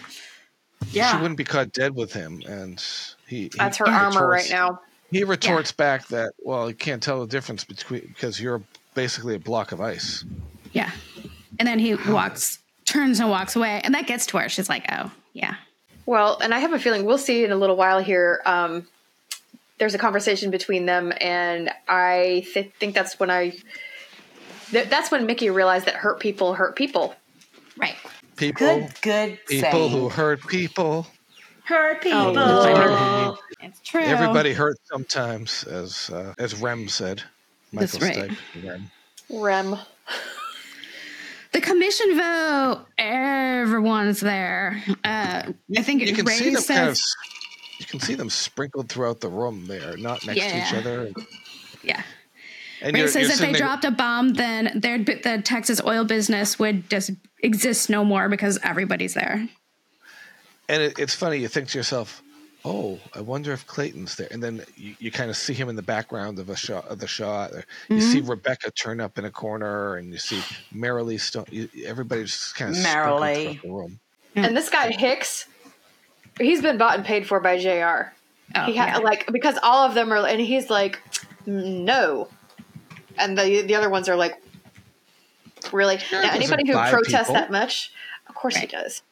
S4: She wouldn't be caught dead with him, and he. he
S2: That's her
S4: retorts-
S2: armor right now.
S4: He retorts back that well, you can't tell the difference between because you're basically a block of ice.
S1: Yeah. And then he walks, turns and walks away. And that gets to her. She's like, oh, yeah.
S2: Well, and I have a feeling we'll see in a little while here. Um, there's a conversation between them, and I th- think that's when I. Th- that's when Mickey realized that hurt people hurt people.
S1: Right.
S4: People,
S3: Good, good.
S4: people
S3: saying.
S4: who hurt people.
S3: hurt people.
S1: It's true.
S4: Everybody hurts sometimes, as uh, as Rem said.
S1: That's
S4: Michael
S1: right.
S4: Stipe, Rem.
S2: Rem.
S1: The commission vote, everyone's there. Uh, I think
S4: you can
S1: Ray
S4: see them
S1: says,
S4: kind of. s- You can see them sprinkled throughout the room. There, not next to each
S1: Yeah.
S4: other.
S1: yeah.
S4: And
S1: Ray
S4: you're-
S1: says
S4: you're
S1: if
S4: sitting
S1: they
S4: there-
S1: dropped a bomb, then there'd be, the Texas oil business would just exist no more because everybody's there.
S4: and it, it's funny you think to yourself oh i wonder if clayton's there and then you, you kind of see him in the background of a shot of the shot or you see rebecca turn up in a corner and you see merrily stone you, everybody's just kind of sprinkled
S3: Merrily.
S4: throughout the room
S2: And this guy Hicks, he's been bought and paid for by Jr.
S1: Oh,
S2: he ha-
S1: yeah.
S2: like because all of them are, and he's like, no, and the the other ones are like, really. Now,
S4: doesn't
S2: anybody who
S4: buy
S2: protests
S4: people.
S2: that much, of course he
S1: Right.
S2: does.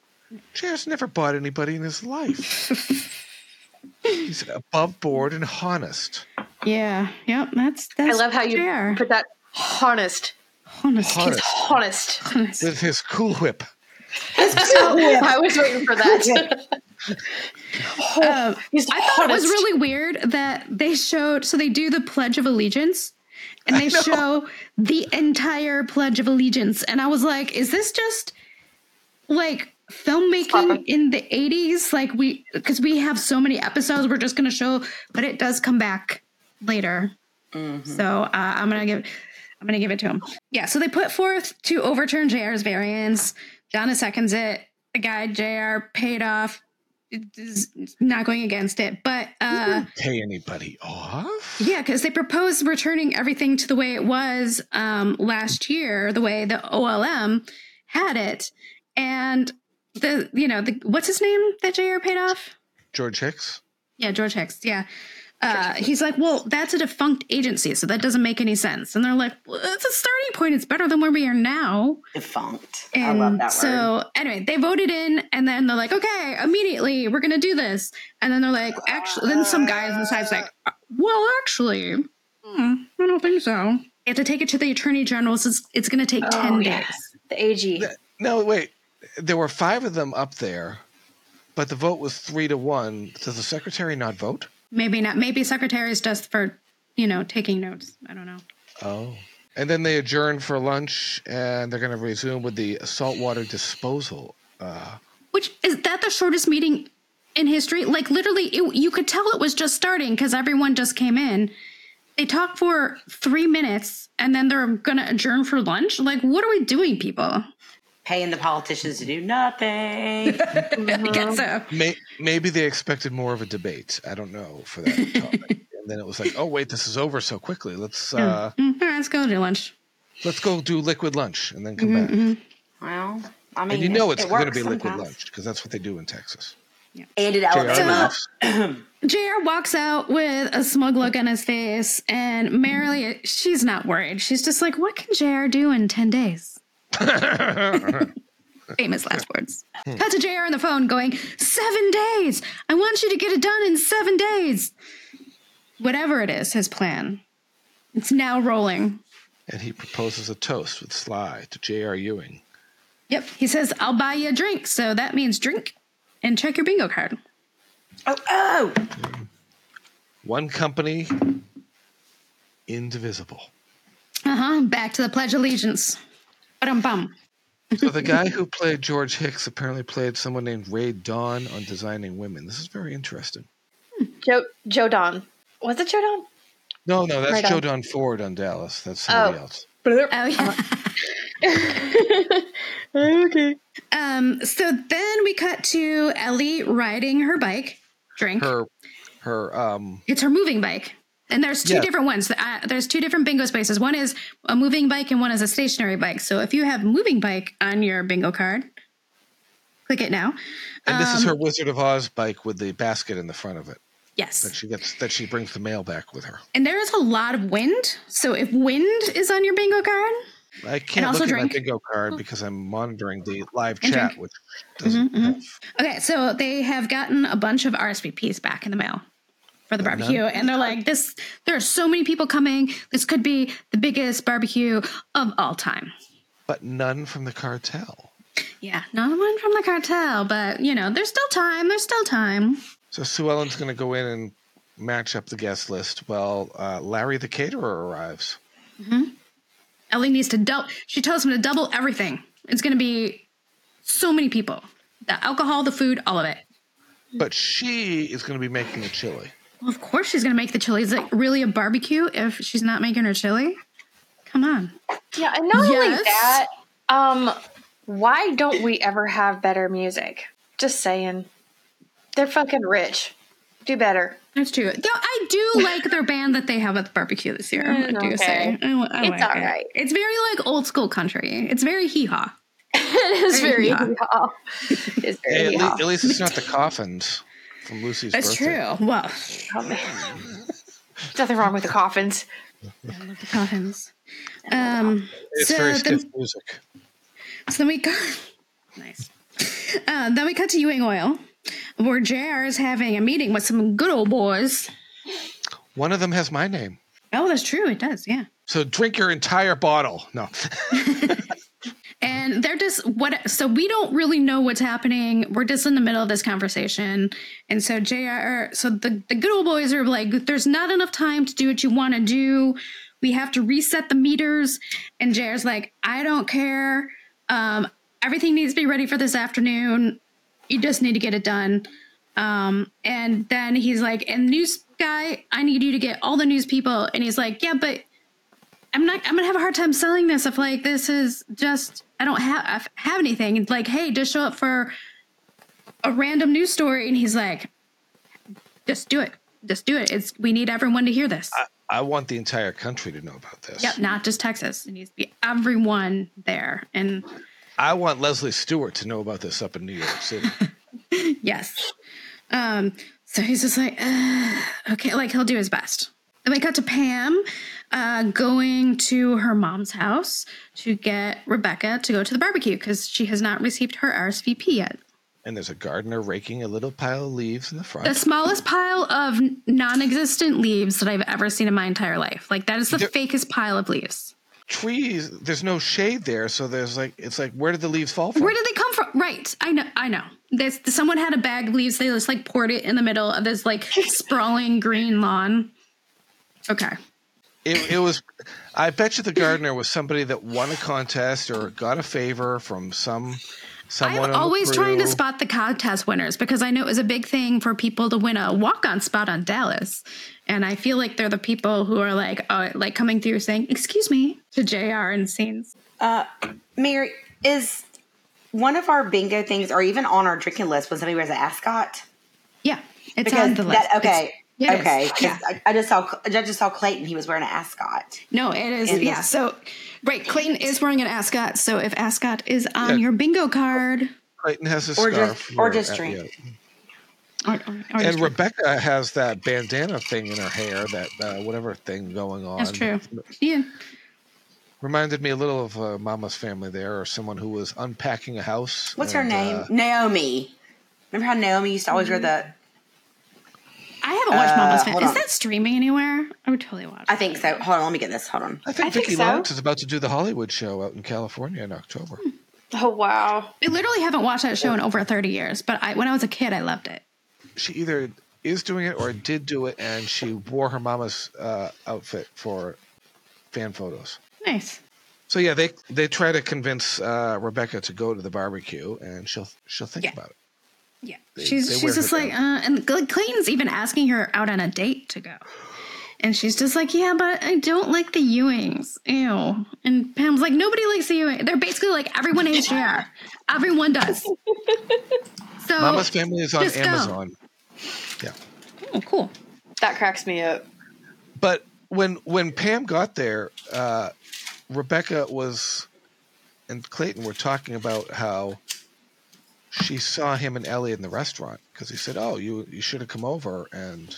S4: Chair's never bought anybody in his life he's above board and honest
S1: yeah, yep. That's
S2: I
S1: that's
S2: love how you
S1: fair.
S2: put that honest,
S1: honest.
S4: honest
S2: honest.
S4: with his cool whip
S2: *laughs* I was waiting for that. *laughs*
S1: Um,
S2: Oh, He's
S1: I thought it was
S2: honest.
S1: really weird that they showed so they do the Pledge of Allegiance and they show the entire Pledge of Allegiance. And I was like, is this just like filmmaking in the 80s? Like we because we have so many episodes we're just gonna show, but it does come back later. So uh, I'm gonna give I'm gonna give it to him. Yeah. So they put forth to overturn Jr's variance. Donna seconds it. The guy Jr. paid off. Is not going against it, but uh,
S4: Pay anybody off?
S1: yeah, because they proposed returning everything to the way it was um, last year, the way the OLM had it, and the you know the what's his name that Jr. paid off.
S4: George Hicks?
S1: Yeah, George Hicks. Yeah. Uh, he's like, well, that's a defunct agency, so that doesn't make any sense. And they're like, well, it's a starting point. It's better than where we are now.
S3: Defunct.
S1: And
S3: I love that
S1: so,
S3: word.
S1: anyway, they voted in, and then they're like, okay, immediately, we're going to do this. And then they're like, actually, then some guy on the side's like, "Uh, well, actually, hmm, I don't think so. They have to take it to the attorney general. So it's, it's going to take
S3: Oh,
S1: 10 days.
S2: The AG.
S4: No, wait. There were five of them up there, but the vote was three to one. Does the secretary not vote?
S1: Maybe not. Maybe secretaries just for, you know, taking notes. I don't know.
S4: Oh. And then they adjourn for lunch, and they're going to resume with the saltwater disposal.
S1: Which is that the shortest meeting in history? Like literally, it, you could tell it was just starting because everyone just came in. They talk for three minutes and then they're gonna adjourn for lunch. Like, what are we doing, people?
S3: Paying the politicians to do
S1: *laughs*
S3: nothing.
S1: I guess so.
S4: May- maybe they expected more of a debate. I don't know for that topic. and then it was like, oh wait, this is over so quickly. Let's uh,
S1: Mm, all right, *laughs* let's go to lunch.
S4: let's go do liquid lunch and then come back.
S3: well, I mean,
S4: And you know
S3: it-
S4: it's
S3: it
S4: going to
S3: works
S4: be liquid
S3: sometimes.
S4: lunch because that's what they do in Texas.
S3: And in
S4: JR
S3: Alabama.
S4: leaves.
S1: Jr. walks out with a smug look on his face, and Marilee, she's not worried. She's just like, what can Jr. do in 10 days? Famous last words. Cut to Jr. on the phone going, seven days. I want you to get it done in seven days. Whatever it is, his plan. It's now rolling.
S4: and he proposes a toast with Sly to J.R. Ewing.
S1: Yep. He says, I'll buy you a drink. So that means drink and check your bingo card.
S3: Oh, oh,
S4: One company, indivisible.
S1: Uh huh. Back to the Pledge of Allegiance. Ba-dum bum.
S4: So the guy who played George Hicks apparently played someone named Ray Dawn on Designing Women. This is very interesting.
S2: Joe Joe Don. Was it Joe Don?
S4: No, no, that's
S2: Ray
S4: Joe Don
S2: Dawn.
S4: Ford on Dallas. That's somebody
S2: Oh.
S4: else.
S1: Oh, yeah. *laughs*
S2: Okay.
S1: Um, so then we cut to Ellie riding her bike, drink.
S4: Her, her, um,
S1: It's her moving bike. And there's two
S4: Yeah.
S1: different ones. Uh, there's two different bingo spaces. One is a moving bike and one is a stationary bike. So if you have moving bike on your bingo card, click it now.
S4: and this
S1: Um,
S4: is her Wizard of Oz bike with the basket in the front of it that
S1: Yes.
S4: she gets that she brings the mail back with her.
S1: And there is a lot of wind. So if wind is on your bingo card,
S4: I can't
S1: also
S4: look at
S1: drink.
S4: my bingo card because I'm monitoring the live chat,
S1: drink. Mm-hmm,
S4: which doesn't have
S1: Okay, so they have gotten a bunch of RSVPs back in the mail for the barbecue, and they're like, "This, there are so many people coming. This could be the biggest barbecue of all time."
S4: but none from the cartel.
S1: Yeah, not one from the cartel, but you know, there's still time. There's still time.
S4: So Sue Ellen's going to go in and match up the guest list while uh, Larry the caterer arrives.
S1: Ellie needs to double. She tells him to double everything. It's going to be so many people: the alcohol, the food, all of it. Hmm.
S4: But she is going to be making the chili.
S1: Well, of course she's going to make the chili. Is it really a barbecue if she's not making her chili? Come on.
S2: Yeah, and not
S1: Yes.
S2: only that, um, why don't we ever have better music? Just saying. They're fucking rich. Do better.
S1: That's true. Though I *laughs* do like their band that they have at the barbecue this year. I do
S2: okay.
S1: say I, I
S2: It's
S1: like
S2: all
S1: it.
S2: right.
S1: It's very like old school country. It's very hee haw.
S2: It is very
S1: Yeah.
S2: yeah. *laughs* It's
S4: Hey,
S2: very
S4: at,
S2: yeah.
S4: least, at least
S1: *laughs*
S4: it's not the coffins from Lucy's birthday.
S1: Well,
S2: Nothing wrong with the coffins.
S1: the coffins. Um,
S4: It's
S1: so,
S4: very
S1: then,
S4: stiff music.
S1: so then we go. *laughs* nice. Uh, then we cut to Ewing Oil, where Jr is having a meeting with some good old boys.
S4: One of them has my name.
S1: Oh, that's true. It does. Yeah.
S4: So drink your entire bottle. No. *laughs*
S1: And they're just what so we don't really know what's happening. We're just in the middle of this conversation. And so JR so the, the good old boys are like, there's not enough time to do what you want to do. We have to reset the meters. And JR's like, I don't care. Um, everything needs to be ready for this afternoon. You just need to get it done. Um, and then he's like, and news guy, I need you to get all the news people. And he's like, yeah, but I'm not, I'm going to have a hard time selling this if like this is just, I don't have, I f- have anything. And like, hey, just show up for a random news story. And he's like, just do it. Just do it. It's, we need everyone to hear this.
S4: I want the entire country to know about this.
S1: Yep, not just Texas. It needs to be everyone there. And
S4: I want Leslie Stewart to know about this up in New York
S1: *laughs*
S4: City.
S1: yes. Um, so he's just like, "Ugh, okay, like he'll do his best. Then we cut to Pam uh, going to her mom's house to get Rebecca to go to the barbecue because she has not received her RSVP yet.
S4: and there's a gardener raking a little pile of leaves in the front.
S1: The smallest pile of non existent leaves that I've ever seen in my entire life. Like, that is the
S4: There-
S1: fakest pile of leaves.
S4: Trees. There's no shade there, so there's like it's like where did the leaves fall from?
S1: Where did they come from? Right. I know. I know. There's, someone had a bag of leaves. They just like poured it in the middle of this like sprawling green lawn. Okay.
S4: it, it was. I bet you the gardener was somebody that won a contest or got a favor from some someone. on
S1: I'm
S4: the
S1: always trying to
S4: crew.
S1: spot the contest winners because I know it was a big thing for people to win a walk on spot on Dallas. And I feel like they're the people who are like, uh, like coming through saying, excuse me to JR and scenes.
S3: Mary, is one of our bingo things, or even on our drinking list, when somebody wears an ascot?
S1: Yeah. It's
S3: Because
S1: on the list.
S3: that, okay,
S1: It's- it is.
S3: okay. 'Cause
S1: Yeah.
S3: I, I just saw, I just saw Clayton. He was wearing an ascot.
S1: No, it is.
S3: And
S1: yeah.
S3: this-
S1: So, right. Clayton is wearing an ascot. So if ascot is on
S4: Yeah.
S1: your bingo card,
S4: Clayton has a
S3: Or
S4: scarf,
S3: just- or
S4: here
S3: just
S4: at-
S3: drink.
S4: yeah.
S1: or, or- or
S4: And
S1: just-
S4: Rebecca has that bandana thing in her hair, that uh, whatever thing going on.
S1: that's true. Yeah.
S4: Reminded me a little of uh, Mama's family there, or someone who was unpacking a house.
S3: What's her
S4: and,
S3: name?
S4: uh,
S3: Naomi. Remember how Naomi used to always
S1: Mm-hmm.
S3: wear
S1: I haven't watched Mama's Fan.
S3: Uh, hold
S1: Is
S3: on.
S1: that streaming anywhere? I would totally watch.
S3: the? I think so. Hold on, let me get this. Hold on.
S4: I think
S2: I think
S4: Vicki
S2: so.
S4: Lawrence is about to do the Hollywood show out in California in October.
S2: Oh wow.
S1: I literally haven't watched that show in over 30 years, but I, when I was a kid, I loved it.
S4: she either is doing it or did do it, and she wore her mama's uh, outfit for fan photos.
S1: Nice.
S4: So yeah, they they try to convince uh, Rebecca to go to the barbecue, and she'll she'll think
S1: Yeah.
S4: about it.
S1: Yeah.
S4: They-
S1: she's
S4: they wear
S1: she's just
S4: her
S1: like, uh,
S4: down.
S1: and Cl- Clayton's even asking her out on a date to go. And she's just like, yeah, but I don't like the Ewings. Ew. And Pam's like, nobody likes the Ewing. They're basically like, everyone hates JR. Everyone
S4: *laughs*
S1: does. So,
S4: Mama's Family is on
S1: Oh, just go.
S4: Amazon. Yeah,
S1: Oh, cool.
S2: That cracks me up.
S4: but when when Pam got there, uh, Rebecca was and Clayton were talking about how she saw him and Ellie in the restaurant because he said, "Oh, you you should have come over," and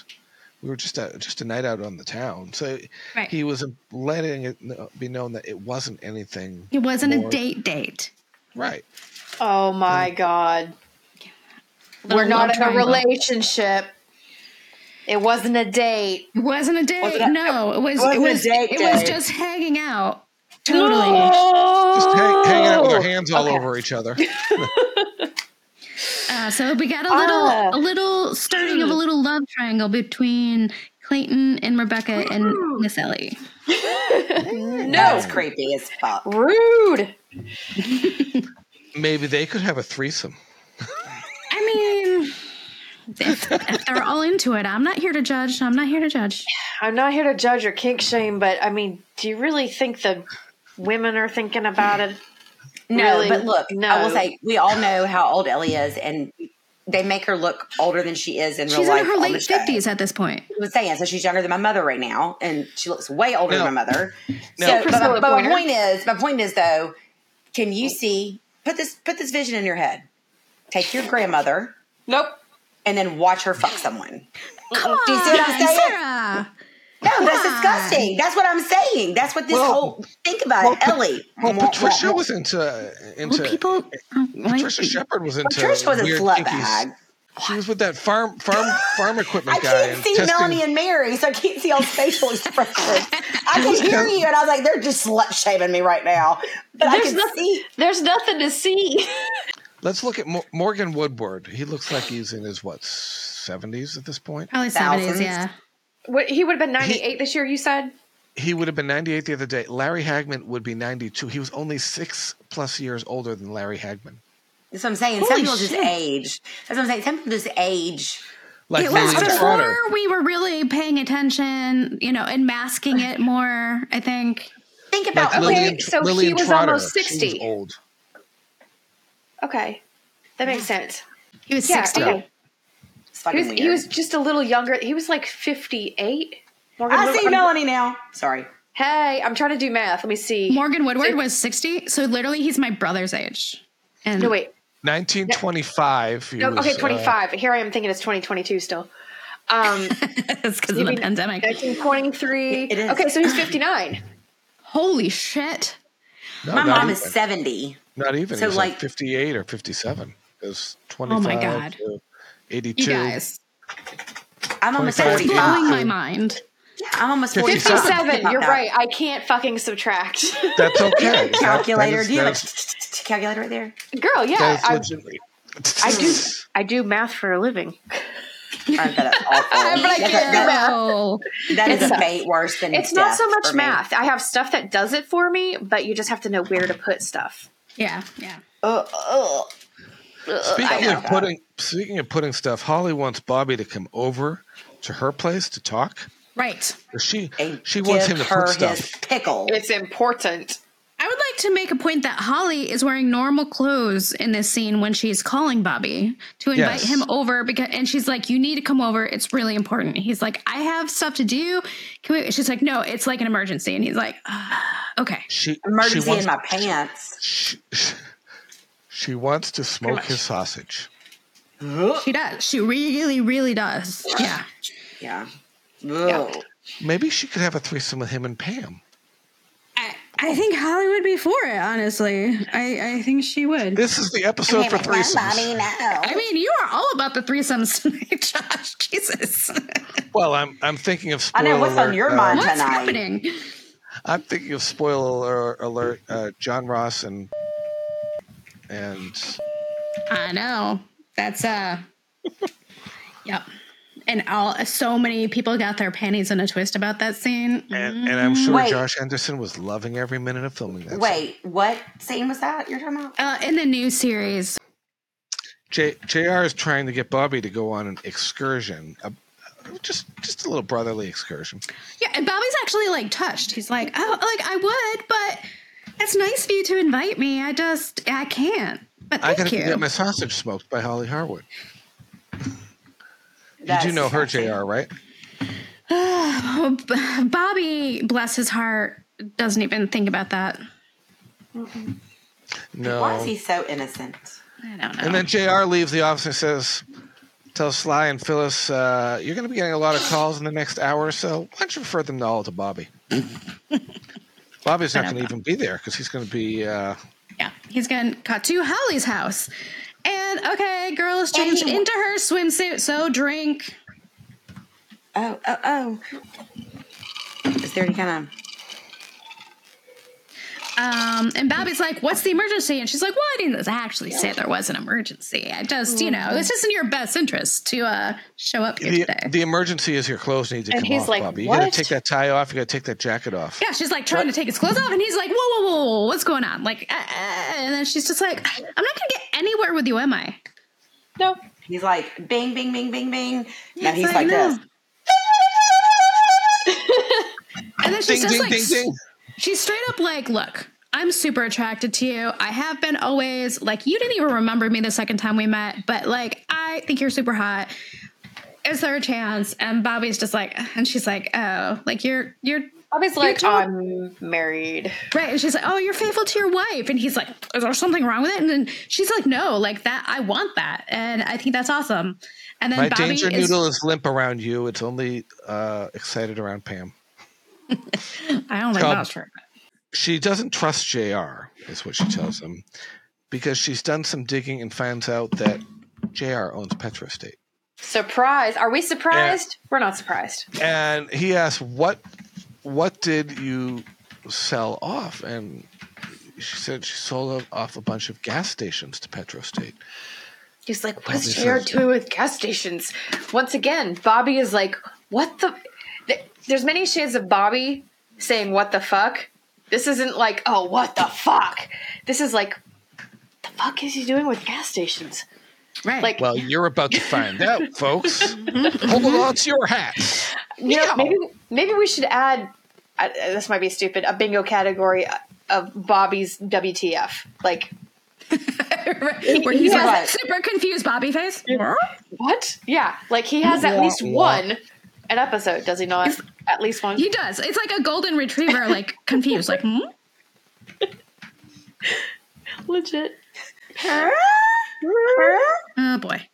S4: we were just a, just a night out on the town. So
S1: Right.
S4: he was letting it kn- be known that it wasn't anything
S1: It wasn't a
S4: Lord.
S1: date date.
S4: right.
S2: Oh my god. We're
S1: Little
S2: not
S1: love
S2: in a
S1: triangle.
S2: relationship. It wasn't a date.
S1: It wasn't a date.
S3: Wasn't a-
S1: no, it was. It
S3: wasn't a
S1: was.
S3: date
S1: it was
S3: date.
S1: just hanging
S3: *gasps*
S1: out. Totally.
S2: *gasps*
S4: Just hang, hanging out with
S2: Oh!
S4: our hands all over each other.
S1: Uh, so we got a little,
S2: Ah.
S1: a little starting of a little love triangle between Clayton and Rebecca and Miss Ellie.
S3: No, it's creepy as fuck.
S2: Rude.
S4: Maybe they could have a threesome.
S1: I mean, if, if they're all into it, I'm not here to judge. I'm not here to judge.
S2: I'm not here to judge or kink shame, but I mean, do you really think the women are thinking about it?
S3: No,
S2: Really?
S3: but look, I will
S2: No.
S3: say we all know how old Ellie is, and they make her look older than she is in
S1: She's
S3: real life.
S1: in her
S3: on the
S1: late
S3: show.
S1: fifties at this point. Oh,
S3: I was saying, so she's younger than my mother right now, and she looks way older
S4: No.
S3: than my mother.
S4: No.
S3: So, but,
S2: Priscilla
S3: but my
S2: Pointer.
S3: point is, my point is though, can you see? Put this, put this vision in your head. Take your grandmother
S2: Nope.
S3: and then watch her fuck someone.
S1: Come on,
S3: Do you see what I'm saying?
S1: Sarah.
S3: No, that's disgusting. That's what I'm saying. That's what this
S4: Well-
S3: whole think about it, Ellie.
S4: Well,
S3: Wah, wah,
S4: Patricia
S3: wah.
S4: was into into
S1: Well, people.
S4: Patricia Shepard was into
S3: Patricia was a
S4: weird
S3: slut
S4: kinky s-
S3: bag.
S4: She was with that farm farm farm equipment
S3: I
S4: guy.
S3: can't
S4: and
S3: see
S4: testing-
S3: Melanie and Mary, so I can't see all facial expressions. I
S4: *laughs*
S3: can hear you, and I was like, they're just slut shaming me right now. But I
S2: There's
S3: can
S2: nothing-
S3: see.
S2: There's nothing to see. *laughs*
S4: Let's look at Mo- Morgan Woodward. He looks like he's in his what seventies at this point.
S1: Probably seventies.
S3: Thousands.
S1: Yeah.
S2: What, he would have been 98 this year, you said?
S4: He would have been ninety eight the other day. Larry Hagman would be ninety two. He was only six plus years older than Larry Hagman.
S3: That's what I'm saying.
S1: Holy
S3: Some people just
S1: shit.
S3: age. That's what I'm saying. Some people just age
S4: Like
S1: it was
S4: Lily
S1: before
S4: Trotter.
S1: we were really paying attention, you know, and masking it more. I think.
S3: Think about
S4: Like
S2: Okay,
S4: Lillian,
S2: so he
S4: Lillian
S2: was
S4: Trotter.
S2: almost
S4: She was
S2: 60.
S4: old.
S2: Okay, that makes sense.
S1: He was
S2: Yeah,
S1: 60.
S2: okay.
S3: it's
S2: He
S3: fucking
S2: was,
S3: weird.
S2: he was just a little younger. He was like 58. Morgan
S3: I
S2: Wood-
S3: see Melanie now. Sorry.
S2: Hey, I'm trying to do math. Let me see.
S1: Morgan Woodward was 60, so literally he's my brother's age. And
S2: No, wait.
S4: 1925. he
S2: No,
S4: was,
S2: Oh, okay,
S4: uh,
S2: 25. Here I am thinking it's 2022 still. Um,
S1: *laughs* it's because of the pandemic.
S2: *laughs* 1923.
S3: It is.
S2: Okay, so he's 59.
S1: Holy shit!
S4: no,
S3: My
S4: not
S3: mom is
S4: even.
S3: 70.
S4: Not even.
S3: So,
S4: So like,
S3: like-
S4: 58 or 57. It was 25.
S1: Oh my God.
S4: to
S1: You
S4: 82.
S1: guys,
S3: I'm almost
S4: 25.
S3: 45.
S1: blowing my mind.
S3: I'm almost
S4: 57.
S3: 45.
S2: 57.
S3: About
S2: You're
S3: that.
S2: right. I can't fucking subtract. *laughs*
S3: *laughs*
S4: That's okay.
S3: Calculator.
S4: That- that is-
S3: Do you have a
S4: that is-
S3: *laughs* calculator right there?
S2: Girl, yeah.
S4: that
S2: I,
S4: is legit- *laughs*
S2: I do I do math for a living.
S3: I bet that's
S2: *laughs*
S3: awful.
S2: But I
S3: That's a-
S2: can't do
S3: that-
S2: math.
S1: Oh,
S3: that is a
S2: It's-
S3: fate worse than
S2: It's not
S3: death
S2: so much
S3: for me.
S2: math. I have stuff that does it for me, but you just have to know where to put stuff.
S1: yeah, yeah.
S3: Ugh, ugh.
S4: Speaking
S3: know
S4: of
S3: that.
S4: putting, speaking of putting stuff, Holly wants Bobby to come over to her place to talk.
S1: Right.
S4: She
S3: And
S4: she wants
S3: give
S4: him to
S3: her
S4: put stuff.
S3: his pickle.
S2: It's important.
S1: I would like to make a point that Holly is wearing normal clothes in this scene when she's calling Bobby to invite
S4: Yes.
S1: him over because and she's like, You need to come over, it's really important. He's like, I have stuff to do. Can we she's like, No, it's like an emergency. And he's like, "Ah, okay.
S4: She she
S3: Emergency
S4: wants,
S3: in my pants.
S4: She, she wants to smoke his sausage.
S1: She does. She really, really does. Yeah.
S3: Yeah. Ugh.
S4: Maybe she could have a threesome with him and Pam.
S1: I, I think Holly would be for it, honestly. I, I think she would.
S4: This is the episode for threesomes.
S1: I mean, you are all about the threesomes tonight, *laughs* Josh. Jesus.
S4: Well, I'm I'm thinking of
S3: I
S4: spoiler.
S3: know what's on
S4: alert,
S3: your
S4: uh,
S3: mind
S1: What's
S3: tonight.
S1: happening?
S4: I'm thinking of spoiler alert. Uh, John Ross and and
S1: I know. That's uh *laughs* Yep. And all so many people got their panties in a twist about that scene.
S4: and, and I'm sure
S3: Wait.
S4: Josh Anderson was loving every minute of filming that.
S3: Wait, what scene was that you're talking about?
S1: Uh, in the new series.
S4: J- JR is trying to get Bobby to go on an excursion, a, just just a little brotherly excursion.
S1: Yeah, and Bobby's actually like touched. He's like, Oh, like I would, but it's nice of you to invite me. I just I can't. But
S4: I
S1: thank
S4: gotta
S1: you.
S4: get my sausage smoked by Holly Harwood. You
S3: That's
S4: do know her,
S3: disgusting.
S4: JR, right?
S1: Oh, B- Bobby, bless his heart, doesn't even think about that.
S4: No.
S3: Why is he so innocent?
S1: I don't know.
S4: And then JR leaves the office and says, tells Sly and Phyllis, uh, you're going to be getting a lot of calls in the next hour or so. Why don't you refer them all
S1: *laughs*
S4: to Bobby? Bobby's not going to even be there because he's going to be. Uh,
S1: Yeah, he's getting caught to Holly's house. And okay, girl is changed
S3: And he-
S1: into her swimsuit, so drink.
S3: Oh, oh, oh. Is there any kind of
S1: Um, and Bobby's like, What's the emergency? And she's like, Well, I didn't actually say there was an emergency. I just, you know, it's just in your best interest to uh, show up here
S4: the,
S1: today.
S4: the emergency is your clothes need to
S2: And
S4: come
S2: he's
S4: off,
S2: like,
S4: Bobby. You got to
S2: "What?"
S4: take that tie off. You got to take that jacket off.
S1: yeah, she's like trying to take his clothes off, and he's like, Whoa, whoa, whoa, whoa what's going on? Like, uh, uh, and then she's just like, I'm not gonna get anywhere with you, am I?
S2: No.
S3: He's like bing, bing, bing, bing, bing. no,
S1: Yes,
S3: he's
S1: I
S3: like
S1: know.
S3: this.
S1: *laughs* And then she's
S4: Ding,
S1: just
S4: ding,
S1: like,
S4: ding,
S1: s-
S4: ding.
S1: she's straight up like, look, I'm super attracted to you. I have been always. Like, you didn't even remember me the second time we met, but like, I think you're super hot. Is there a chance? And Bobby's just like, *laughs* and she's like, oh, like you're, you're
S2: Bobby's like, "Oh."
S1: told-
S2: I'm married.
S1: right. And she's like, oh, you're faithful to your wife. And he's like, is there something wrong with it? And then she's like, no, like that, I want that. And I think that's awesome. And then
S4: My
S1: Bobby
S4: danger
S1: is,
S4: noodle is limp around you. It's only uh, excited around Pam.
S1: I don't think
S4: called-
S1: that's true.
S4: she doesn't trust JR, is what she tells him, because she's done some digging and finds out that JR owns Petrostate.
S2: Surprise. Are we surprised? We're not surprised.
S4: And he asks, "What, what did you sell off?" And she said she sold off a bunch of gas stations to Petrostate.
S2: He's like, what is
S4: Bobby
S2: JR
S4: says-
S2: doing with gas stations? Once again, Bobby is like, what the? Th- There's many shades of Bobby saying, what the fuck? This isn't like, oh, what the fuck? This is like, the fuck is he doing with gas stations?
S1: Right.
S2: Like,
S4: Well, you're about to find
S2: *laughs*
S4: out, folks. Hold on to your hats.
S2: you know, maybe maybe we should add. Uh, this might be stupid. A bingo category of Bobby's WTF? Like
S1: *laughs* Where he
S3: Yeah.
S1: says,
S3: Right.
S1: super confused Bobby face.
S2: what? Yeah, like he has at least one an episode, does he not? At least one.
S1: He does. It's like a golden retriever, like confused, like hmm?
S2: Legit.
S1: oh boy.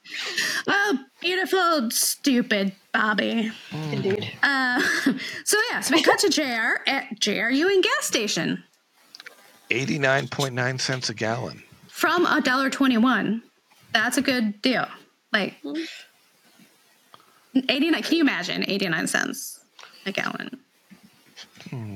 S1: Oh, beautiful, stupid Bobby.
S2: Indeed.
S1: Uh, *laughs* so yeah, so we cut to JR at JRU and gas station
S4: Eighty-nine point nine cents a gallon.
S1: from a dollar twenty-one. That's a good deal. Like eighty-nine. Can you imagine eighty-nine cents a gallon?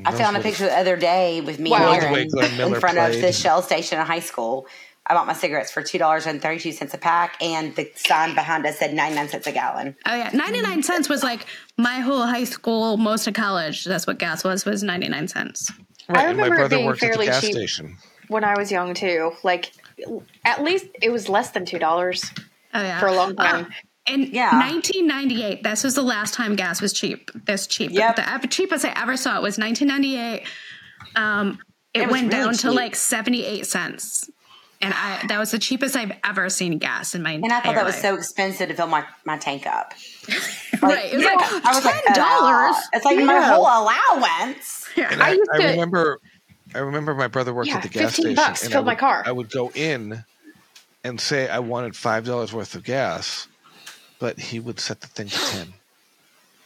S3: I found a picture the other day with me
S2: Wow.
S3: and
S4: The way
S3: Aaron
S4: Glenn Miller
S3: in front of the
S4: played.
S3: Shell station in high school. I bought my cigarettes for two dollars and thirty-two cents a pack, and the sign behind us said ninety-nine cents a gallon.
S1: Oh yeah, ninety-nine cents was like my whole high school, most of college. That's what gas was was ninety-nine cents.
S4: and my
S2: I remember it
S4: brother
S2: being
S4: worked at the
S2: fairly
S4: gas
S2: cheap.
S4: station.
S2: When I was young too, like at least it was less than two dollars.
S1: Oh yeah,
S2: For a long time.
S1: in
S3: Yeah.
S1: 1998, this was the last time gas was cheap. This cheap,
S3: Yep.
S1: the ever- cheapest I ever saw it was 1998. Um, it,
S3: was
S1: went
S3: really
S1: down to
S3: cheap.
S1: like 78 cents, and I that was the cheapest I've ever seen gas in my.
S3: And I thought
S1: entire
S3: that was
S1: life.
S3: so expensive to fill my, my tank up.
S1: right. It was
S3: Yeah,
S1: like
S3: I was like,
S1: ten dollars.
S3: "Oh." It's like my whole allowance.
S4: And *laughs* I,
S2: used
S4: I,
S2: to-
S4: remember, I remember my brother worked
S2: Yeah,
S4: at the gas
S2: 15
S4: station.
S2: bucks
S4: and I
S2: filled my
S4: would-
S2: car.
S4: I would go in and say I wanted five dollars worth of gas, but he would set the
S2: *gasps*
S4: thing to ten.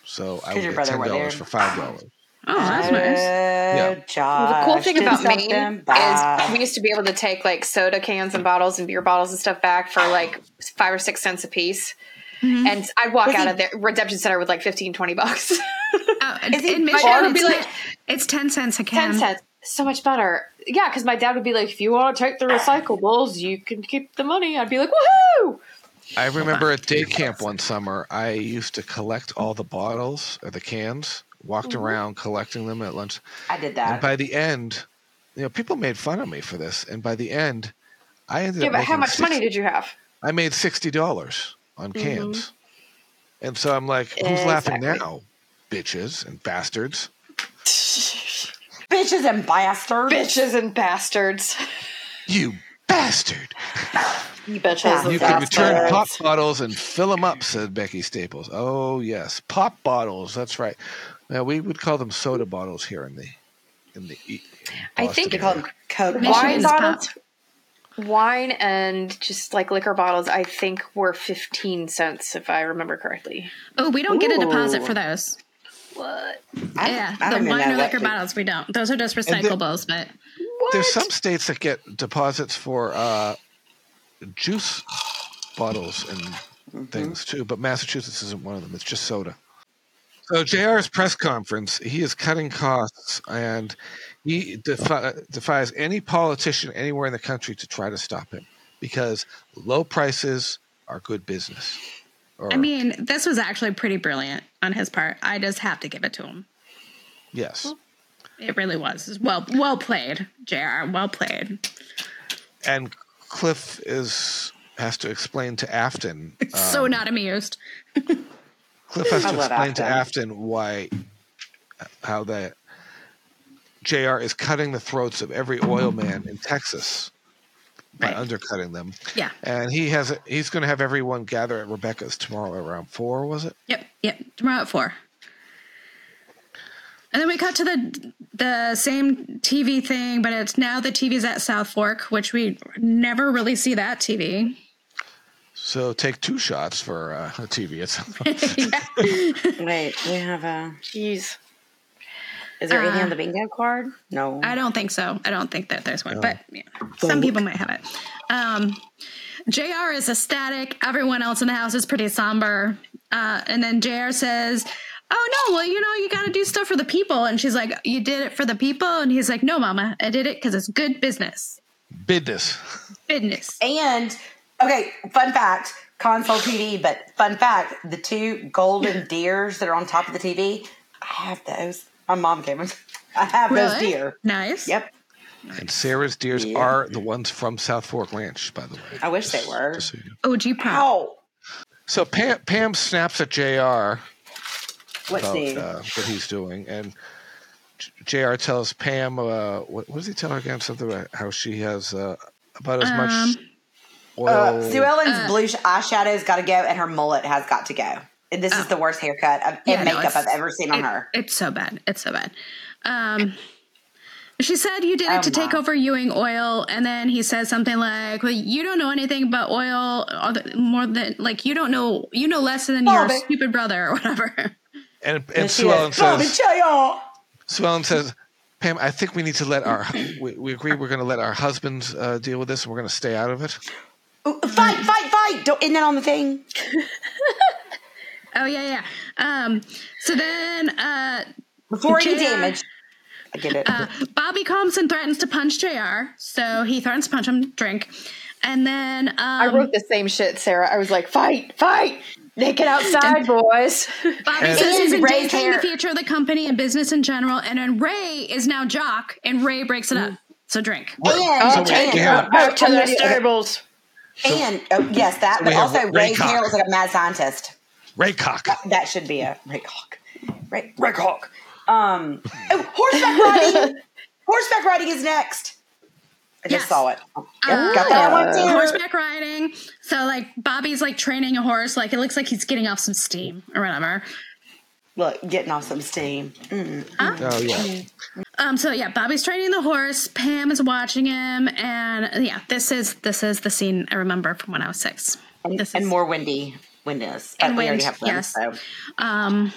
S4: So I would
S3: your
S4: get
S3: brother
S4: ten
S3: were
S4: dollars
S3: there.
S4: for five dollars.
S1: oh, that's nice.
S3: Uh,
S4: Yeah.
S3: Good job.
S2: Uh, the cool thing about Maine is we used to be able to take like soda cans and bottles and beer bottles and stuff back for like five or six cents a piece. And I'd walk out of the redemption center with like 15, 20 bucks. *laughs*
S1: Oh, in
S3: he
S1: in
S2: barred?
S1: Michigan, it'd be
S2: It's
S1: like it's ten cents a
S2: 10
S1: can.
S2: cents. So much better. Yeah, because my dad would be like, if you want to take the recyclables, you can keep the money. I'd be like, woohoo!
S4: I remember at day camp one summer, I used to collect all the bottles or the cans, walked
S2: Mm-hmm.
S4: around collecting them at lunch.
S3: I did
S4: And
S3: that.
S4: by the end, you know, people made fun of me for this. And by the end, I ended
S2: Yeah,
S4: up
S2: but how
S4: making
S2: much
S4: six-
S2: money did you have?
S4: I made sixty dollars on cans, and so I'm like, who's laughing now, bitches and bastards?
S3: Bitches and bastards.
S2: Bitches and bastards.
S4: You bastard!
S2: You bitches
S3: You
S2: and
S4: You can return pop bottles and fill them up," said Becky Staples. Oh yes, pop bottles. That's right. Now we would call them soda bottles here in the in the. E-
S2: I
S4: Boston
S2: think-
S4: area.
S3: Called Coke.
S2: Wine
S1: Michigan's pop.
S2: bottles, wine and just like liquor bottles, I think were 15 cents, if I remember correctly.
S1: Oh, we don't get a deposit for those.
S2: What?
S3: I-
S1: Yeah,
S3: I don't
S1: the
S3: even
S1: wine
S3: know
S1: or
S3: what
S1: liquor
S3: to-
S1: bottles we don't. Those are just
S4: And the-
S1: recyclables, but
S4: There's some states that get deposits for uh, juice bottles and things too, but Massachusetts isn't one of them. It's just soda. So JR's press conference, he is cutting costs and he defi- defies any politician anywhere in the country to try to stop him because low prices are good business. Or,
S1: I mean, this was actually pretty brilliant on his part. I just have to give it to him.
S4: yes.
S1: It really was. It's well well played, JR. Well played.
S4: And Cliff is has to explain to Afton
S1: so not amused.
S4: Cliff has
S3: I
S4: to
S3: love
S4: explain to
S3: Afton.
S4: Afton why, how that JR is cutting the throats of every oil man in Texas by
S1: Right.
S4: undercutting them.
S1: Yeah.
S4: And he has he's going to have everyone gather at Rebecca's tomorrow around four. Was it?
S1: Yep. Yep. Tomorrow at four. And then we cut to the the same TV thing, but it's now the TV's at South Fork, which we never really see that TV.
S4: So take two shots for uh, a TV. It's
S3: Wait, we have a.
S2: Jeez.
S3: Is there anything on the bingo card? No.
S1: Uh, I don't think so. I don't think that there's one, but yeah, some people might have it. Um, JR is ecstatic. Everyone else in the house is pretty somber. Uh, and then JR says, Oh, no, well, you know, you got to do stuff for the people. And she's like, You did it for the people? And he's like, No, mama, I did it because it's good business.
S4: business.
S1: Business.
S3: And okay, fun fact, console TV, but fun fact, the two
S1: *laughs*
S3: golden deers that are on top of the TV, *laughs* I have those. My mom gave them. I have those
S1: Really?
S3: deer.
S1: Nice.
S3: Yep.
S4: And Sarah's deers are the ones from South Fork Ranch, by the way.
S3: I wish they were.
S4: Just so you know.
S1: OG prop.
S3: Ow.
S4: So Pam, Pam snaps at JR
S3: Let's
S4: about
S3: see.
S4: uh, what he's doing, and J- JR tells Pam, uh, what, what does he tell her again? Something about how she has uh, about as much oil.
S3: Um, Uh, Sue Ellen's blue sh- eyeshadow's got to go, and her mullet has got to go. And this is the worst haircut I've,
S1: Oh. Yeah,
S3: and
S1: no,
S3: makeup
S1: it's-
S3: I've ever seen on
S1: It-
S3: her.
S1: It's so bad. It's so bad. Um, she said you did it
S3: Oh,
S1: to take
S3: my.
S1: over Ewing Oil, and then he says something like, "Well, you don't know anything about oil, all the- more than like you don't know you know less than your
S3: Bobby.
S1: stupid brother or whatever." *laughs*
S4: and
S3: And
S4: and
S3: she
S4: Sue Ellen
S3: goes, "Bobby,
S4: says,
S3: tell y'all."
S4: Sue Ellen says, Pam, I think we need to let our we, we agree we're going to let our husbands uh, deal with this, and we're going to stay out of it.
S3: Ooh, Fight, fight, fight! Don't end that on the thing.
S1: Oh yeah, yeah. Um, so then uh,
S3: Before any
S1: JR.
S3: damage. I get
S1: Uh,
S3: it.
S1: Bobby comes and threatens to punch Jr. So he threatens to punch him. Drink, and then um,
S2: I wrote the same shit, Sarah. I was like, fight, fight, *laughs* naked outside, *laughs* boys.
S1: Bobby
S4: And-
S1: says he's
S3: And Ray's
S1: endangeering the
S3: hair.
S1: future of the company and business in general, and then Ray is now Jock, and Ray breaks it
S3: Mm.
S1: up. So drink.
S3: and,
S4: so we-
S3: and,
S4: yeah.
S3: oh, oh, oh, no,
S2: stables.
S3: and oh, yes, that.
S4: So we
S3: but
S4: have
S3: also,
S4: Ray
S3: Ray's hair
S4: Kroc.
S3: looks like a mad scientist.
S4: Raycock.
S3: That should be a Ray Hawk. Ray, Ray Hawk. Um, oh, horseback riding. horseback riding is next. I
S1: Yes.
S3: just
S1: Ah.
S3: saw it. Yep, got that one too.
S1: Horseback riding. So like Bobby's like training a horse. Like it looks like he's getting off some steam or whatever.
S3: Look, getting off some steam.
S1: Mm.
S3: mm,
S4: Oh yeah.
S1: Um. So yeah, Bobby's training the horse. Pam is watching him, and yeah, this is this is the scene I remember from when I was six.
S3: And,
S1: This
S3: and
S1: is-
S3: more windy windiness. But
S1: And
S3: we already
S1: wind,
S3: have them,
S1: yes.
S3: so.
S1: Um,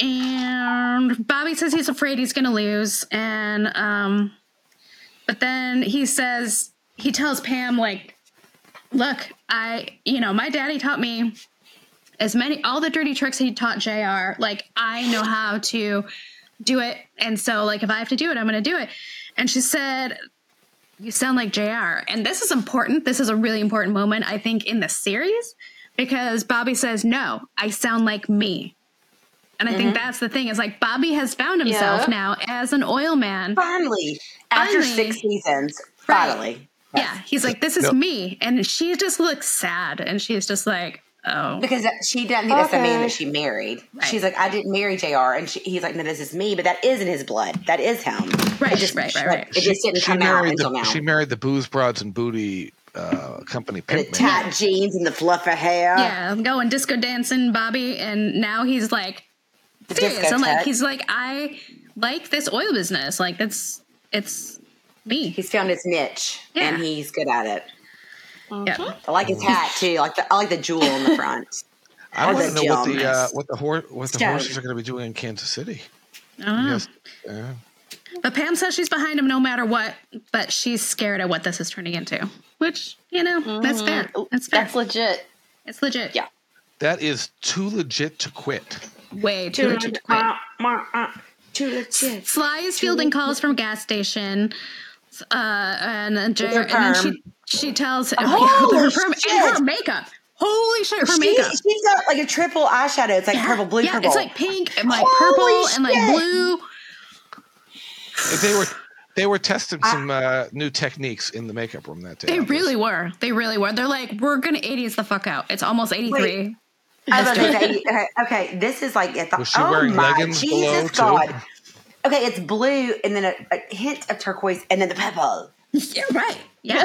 S1: and Bobby says he's afraid he's going to lose, and um, but then he says he tells Pam like, "Look, I, you know, my daddy taught me as many all the dirty tricks he taught Jr. Like I know how to do it, and so like if I have to do it, I'm going to do it." And she said. You sound like JR. And this is important. This is a really important moment, I think, in the series because Bobby says, No, I sound like me. And I think that's the thing is like Bobby has found himself
S2: Yeah.
S1: now as an oil man.
S3: Finally, after
S1: Finally.
S3: six seasons,
S1: Right.
S3: finally.
S1: Yeah, he's like, This is
S4: No.
S1: me. And she just looks sad and she's just like, Oh,
S3: Because uh, she doesn't think it's the man
S2: Okay.
S3: that she married.
S1: Right.
S3: She's like, I didn't marry JR. And she, he's like, no, this is me, but that is in his blood. That is him.
S1: Right,
S3: It just,
S1: right, right,
S3: like,
S1: right.
S3: It just didn't come out
S4: the,
S3: until now.
S4: She married the booze broads and booty uh, company
S3: the
S4: pimp man.
S3: tight jeans and the fluffy hair.
S1: yeah, I'm going disco dancing, Bobby. And now he's like, Serious.
S3: disco
S1: I'm like,
S3: tech.
S1: he's like, I like this oil business. Like, that's, it's me.
S3: He's found his niche
S1: Yeah.
S3: and he's good at it.
S1: yeah.
S3: I like his
S4: *laughs*
S3: hat too. I like the, I like the jewel on the
S1: *laughs*
S3: front.
S4: I want
S3: the
S4: to know what the uh,
S3: geometry.
S4: what the hor- what the
S3: Stone.
S4: horses are going to be doing in Kansas City.
S1: I don't know.
S4: Yes. Yeah.
S1: But Pam says she's behind him no matter what, but she's scared at what this is turning into. Which, you know, that's fair. That's fair.
S2: That's legit.
S1: it's legit.
S2: Yeah.
S4: That is too legit to quit.
S1: Way too legit to quit. Sly is fielding calls from gas station. Uh, and, and, Jer-
S3: her
S1: and then
S3: perm.
S1: she, she tells *laughs*
S3: Holy
S1: her perm and her
S3: shit.
S1: makeup. Holy shit, her
S3: She,
S1: makeup.
S3: she's got like a triple eyeshadow. It's like purple, blue,
S1: yeah,
S3: purple.
S1: it's like pink and like
S3: Holy
S1: purple and like
S3: shit.
S1: blue.
S4: If They were they were testing some uh, new techniques in the makeup room that day.
S1: They really were. They really were. They're like, we're gonna 80s the fuck out. It's almost 83.
S3: I love this. Okay, okay, this is like at the,
S4: Was she
S3: oh
S4: wearing
S3: my
S4: leggings below,
S3: Jesus
S4: too?
S3: God. Okay, it's blue and then a, a hint of turquoise and then the purple.
S1: Yeah, right. Yeah.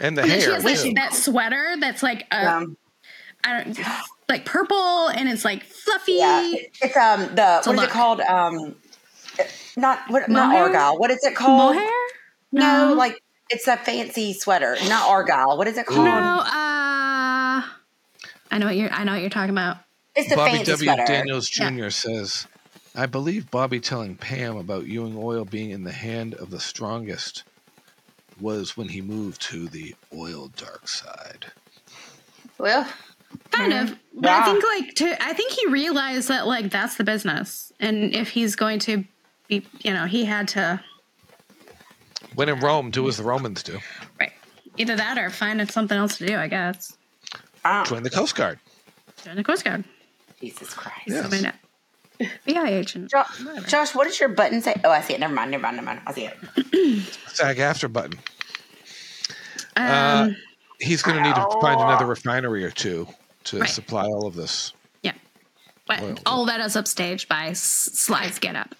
S4: and the
S1: And she
S4: hair.
S1: has like
S4: too.
S1: that sweater that's like a,
S3: Um,
S1: I don't like purple and it's like fluffy.
S3: yeah, it- it's um the
S1: a
S3: what is
S1: look.
S3: it called? Um, not what not
S1: Mohair?
S3: argyle. What is it called?
S1: Mohair?
S3: No, like it's a fancy sweater, not argyle. What is it called?
S1: No, uh I know what you're I know what you're talking about.
S3: It's the
S4: Bobby
S3: fancy
S4: W.
S3: sweater.
S4: Daniels Jr.
S1: Yeah.
S4: says, I believe Bobby telling Pam about Ewing Oil being in the hand of the strongest was when he moved to the oil dark side.
S2: Well,
S1: Kind of.
S3: Mm-hmm.
S1: But I think
S3: Ah.
S1: like to I think he realized that like that's the business. And if he's going to be you know, he had to
S4: When in Rome, do as the Romans do
S1: right. Either that or find something else to do, I guess.
S3: Oh,
S1: Ah.
S4: join the Coast Guard.
S1: Join the Coast Guard.
S3: Jesus Christ. *laughs*
S1: Something like that. BI agent.
S3: Jo- Josh, what does your button say? Oh, I see it. Never mind. Never mind. Never mind. I see it.
S4: Sag after button.
S1: Um,
S4: Uh, he's going to need to find another refinery or two to supply all of this.
S1: yeah. But all that is upstaged by S- Sly's Get Up.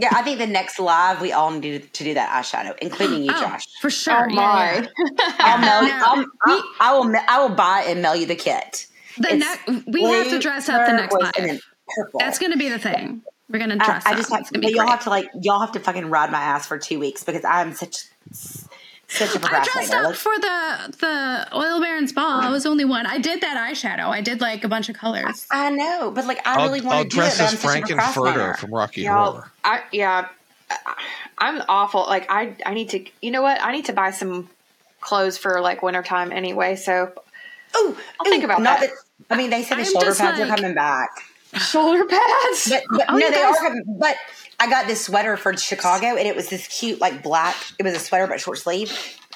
S3: Yeah, I think the next live we all need to do that eyeshadow, including you,
S1: *laughs*
S3: Josh.
S1: for sure.
S2: Oh
S1: yeah,
S2: my.
S1: yeah.
S3: I'll
S1: Oh,
S3: mail.
S1: No.
S3: I'll, I'll, I will. ma- I will buy and mail you the kit.
S1: The
S3: It's
S1: next, we have to
S3: blue,
S1: dress up the next
S3: purple, and
S1: live.
S3: then purple.
S1: That's going to be the thing. We're going to
S3: I,
S1: dress
S3: I
S1: up.
S3: just
S1: it's
S3: have,
S1: going to
S3: but
S1: be
S3: y'all
S1: great.
S3: have to like y'all have to fucking ride my ass for two weeks because I'm such such a
S1: I dressed
S3: procrastinator.
S1: up
S3: Like,
S1: for the the oil baron's ball. I was only one. I did that eyeshadow. I did like a bunch of colors.
S3: I know, but like I
S4: I'll,
S3: really
S4: I'll
S3: want to do it.
S4: dress
S3: But
S4: as
S3: I'm such a
S4: Frankenfurter
S3: procrastinator.
S4: from Rocky
S2: Y'all,
S4: Horror.
S2: I, yeah, I- I'm awful. Like I, I need to. You know what? I need to buy some clothes for like wintertime anyway. So
S3: Ooh,
S2: I'll think
S3: ooh,
S2: about
S3: not
S2: that.
S3: I mean, they said the
S1: I'm
S3: shoulder
S1: just
S3: pads are
S1: like-
S3: coming back.
S2: shoulder pads.
S3: But, but
S1: Oh,
S3: no,
S1: you
S3: they
S1: guys-
S3: are. Having, but I got this sweater for Chicago, and it was this cute, like black. It was a sweater but short sleeve.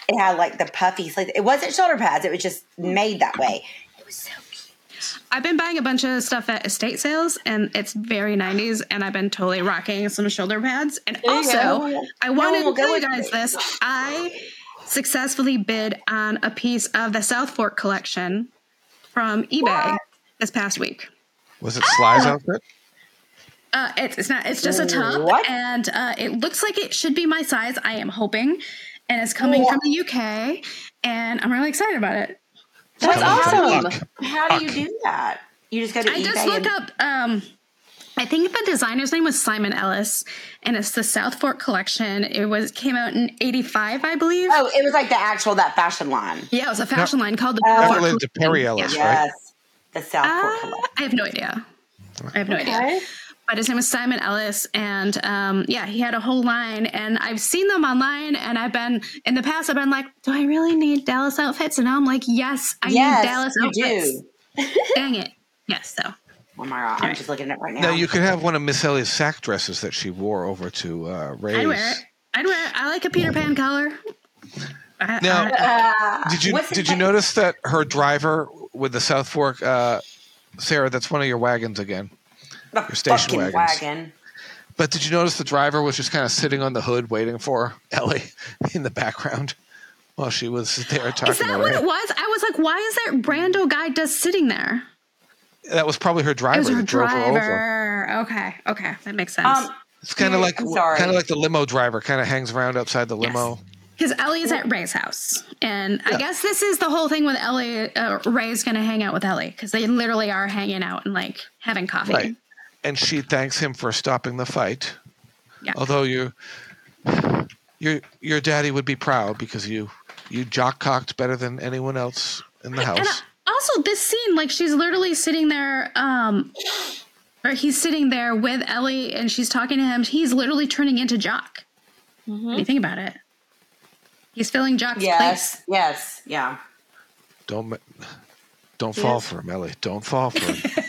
S3: It had like the puffy sleeve. It wasn't shoulder pads. It was just made that way. It was so cute.
S1: I've been buying a bunch of stuff at estate sales, and it's very '90s. And I've been totally rocking some shoulder pads. And also,
S3: go.
S1: I wanted
S3: No,
S1: to
S3: go
S1: tell you
S3: with
S1: guys
S3: it.
S1: this. I successfully bid on a piece of the South Fork collection from eBay this past week.
S4: Was it
S3: Oh!
S4: Sly's outfit?
S1: Uh, it's, it's not. It's just a top,
S3: What?
S1: and uh, it looks like it should be my size. I am hoping, and it's coming from the UK, and I'm really excited about it.
S2: That's
S4: Coming from
S2: awesome.
S4: Uck.
S3: How do you do that? You just go to
S1: I
S3: eBay.
S1: just looked up.
S3: and,
S1: Um, I think the designer's name was Simon Ellis, and it's the South Fork collection. It was came out in '85, I believe.
S3: Oh, it was like the actual that fashion line.
S1: yeah, it was a fashion line called the.
S4: That
S1: Fork
S4: related to Perry Ellis, right?
S3: Yes, the South Fork
S1: Uh,
S3: collection.
S1: I have no idea. I have no idea. But his name is Simon Ellis, and um, yeah, he had a whole line. And I've seen them online, and I've been in the past. I've been like, "Do I really need Dallas outfits?" And now I'm like, "Yes, I
S3: Yes,
S1: need Dallas
S3: you
S1: outfits."
S3: do.
S1: Dang it! Yes, so
S3: Oh my god, I'm just looking at it right now.
S4: Now you could have one of Miss Ellie's sack dresses that she wore over to uh,
S1: I'd wear it.
S4: Ray's.
S1: I'd wear it. I like a Peter Pan collar. I,
S4: Now,
S1: I-
S4: Did you
S3: Uh, What's the
S4: did you
S3: name?
S4: notice that her driver with the South Fork, uh, Sarah? That's one of your wagons again.
S3: the
S4: your station
S3: fucking
S4: wagons.
S3: wagon.
S4: But did you notice the driver was just kind of sitting on the hood waiting for Ellie *laughs* in the background while she was there
S1: is
S4: talking
S1: that
S4: to
S1: what
S4: Ray?
S1: it was? I was like, why is that rando guy just sitting there?
S4: That was probably her driver.
S1: It was her
S4: that drove her over.
S1: driver. okay, okay, that makes sense.
S3: Um,
S4: It's kind of like
S3: I'm sorry.
S4: kind of like the limo driver kind of hangs around outside the limo.
S1: Because Ellie's at Ray's house, and I guess this is the whole thing with Ellie. Uh, Ray's going to hang out with Ellie because they literally are hanging out and like having coffee.
S4: Right. And she thanks him for stopping the fight.
S1: Yeah.
S4: Although you your your daddy would be proud because you you jock cocked better than anyone else in the
S1: And uh,
S4: house.
S1: also, this scene, like she's literally sitting there, um, or he's sitting there with Ellie, and she's talking to him. He's literally turning into Jock. What do you think about it? He's filling Jock's
S3: yes,
S1: place.
S3: yes, yeah.
S4: Don't ma- don't fall for him, Ellie. Don't fall for him.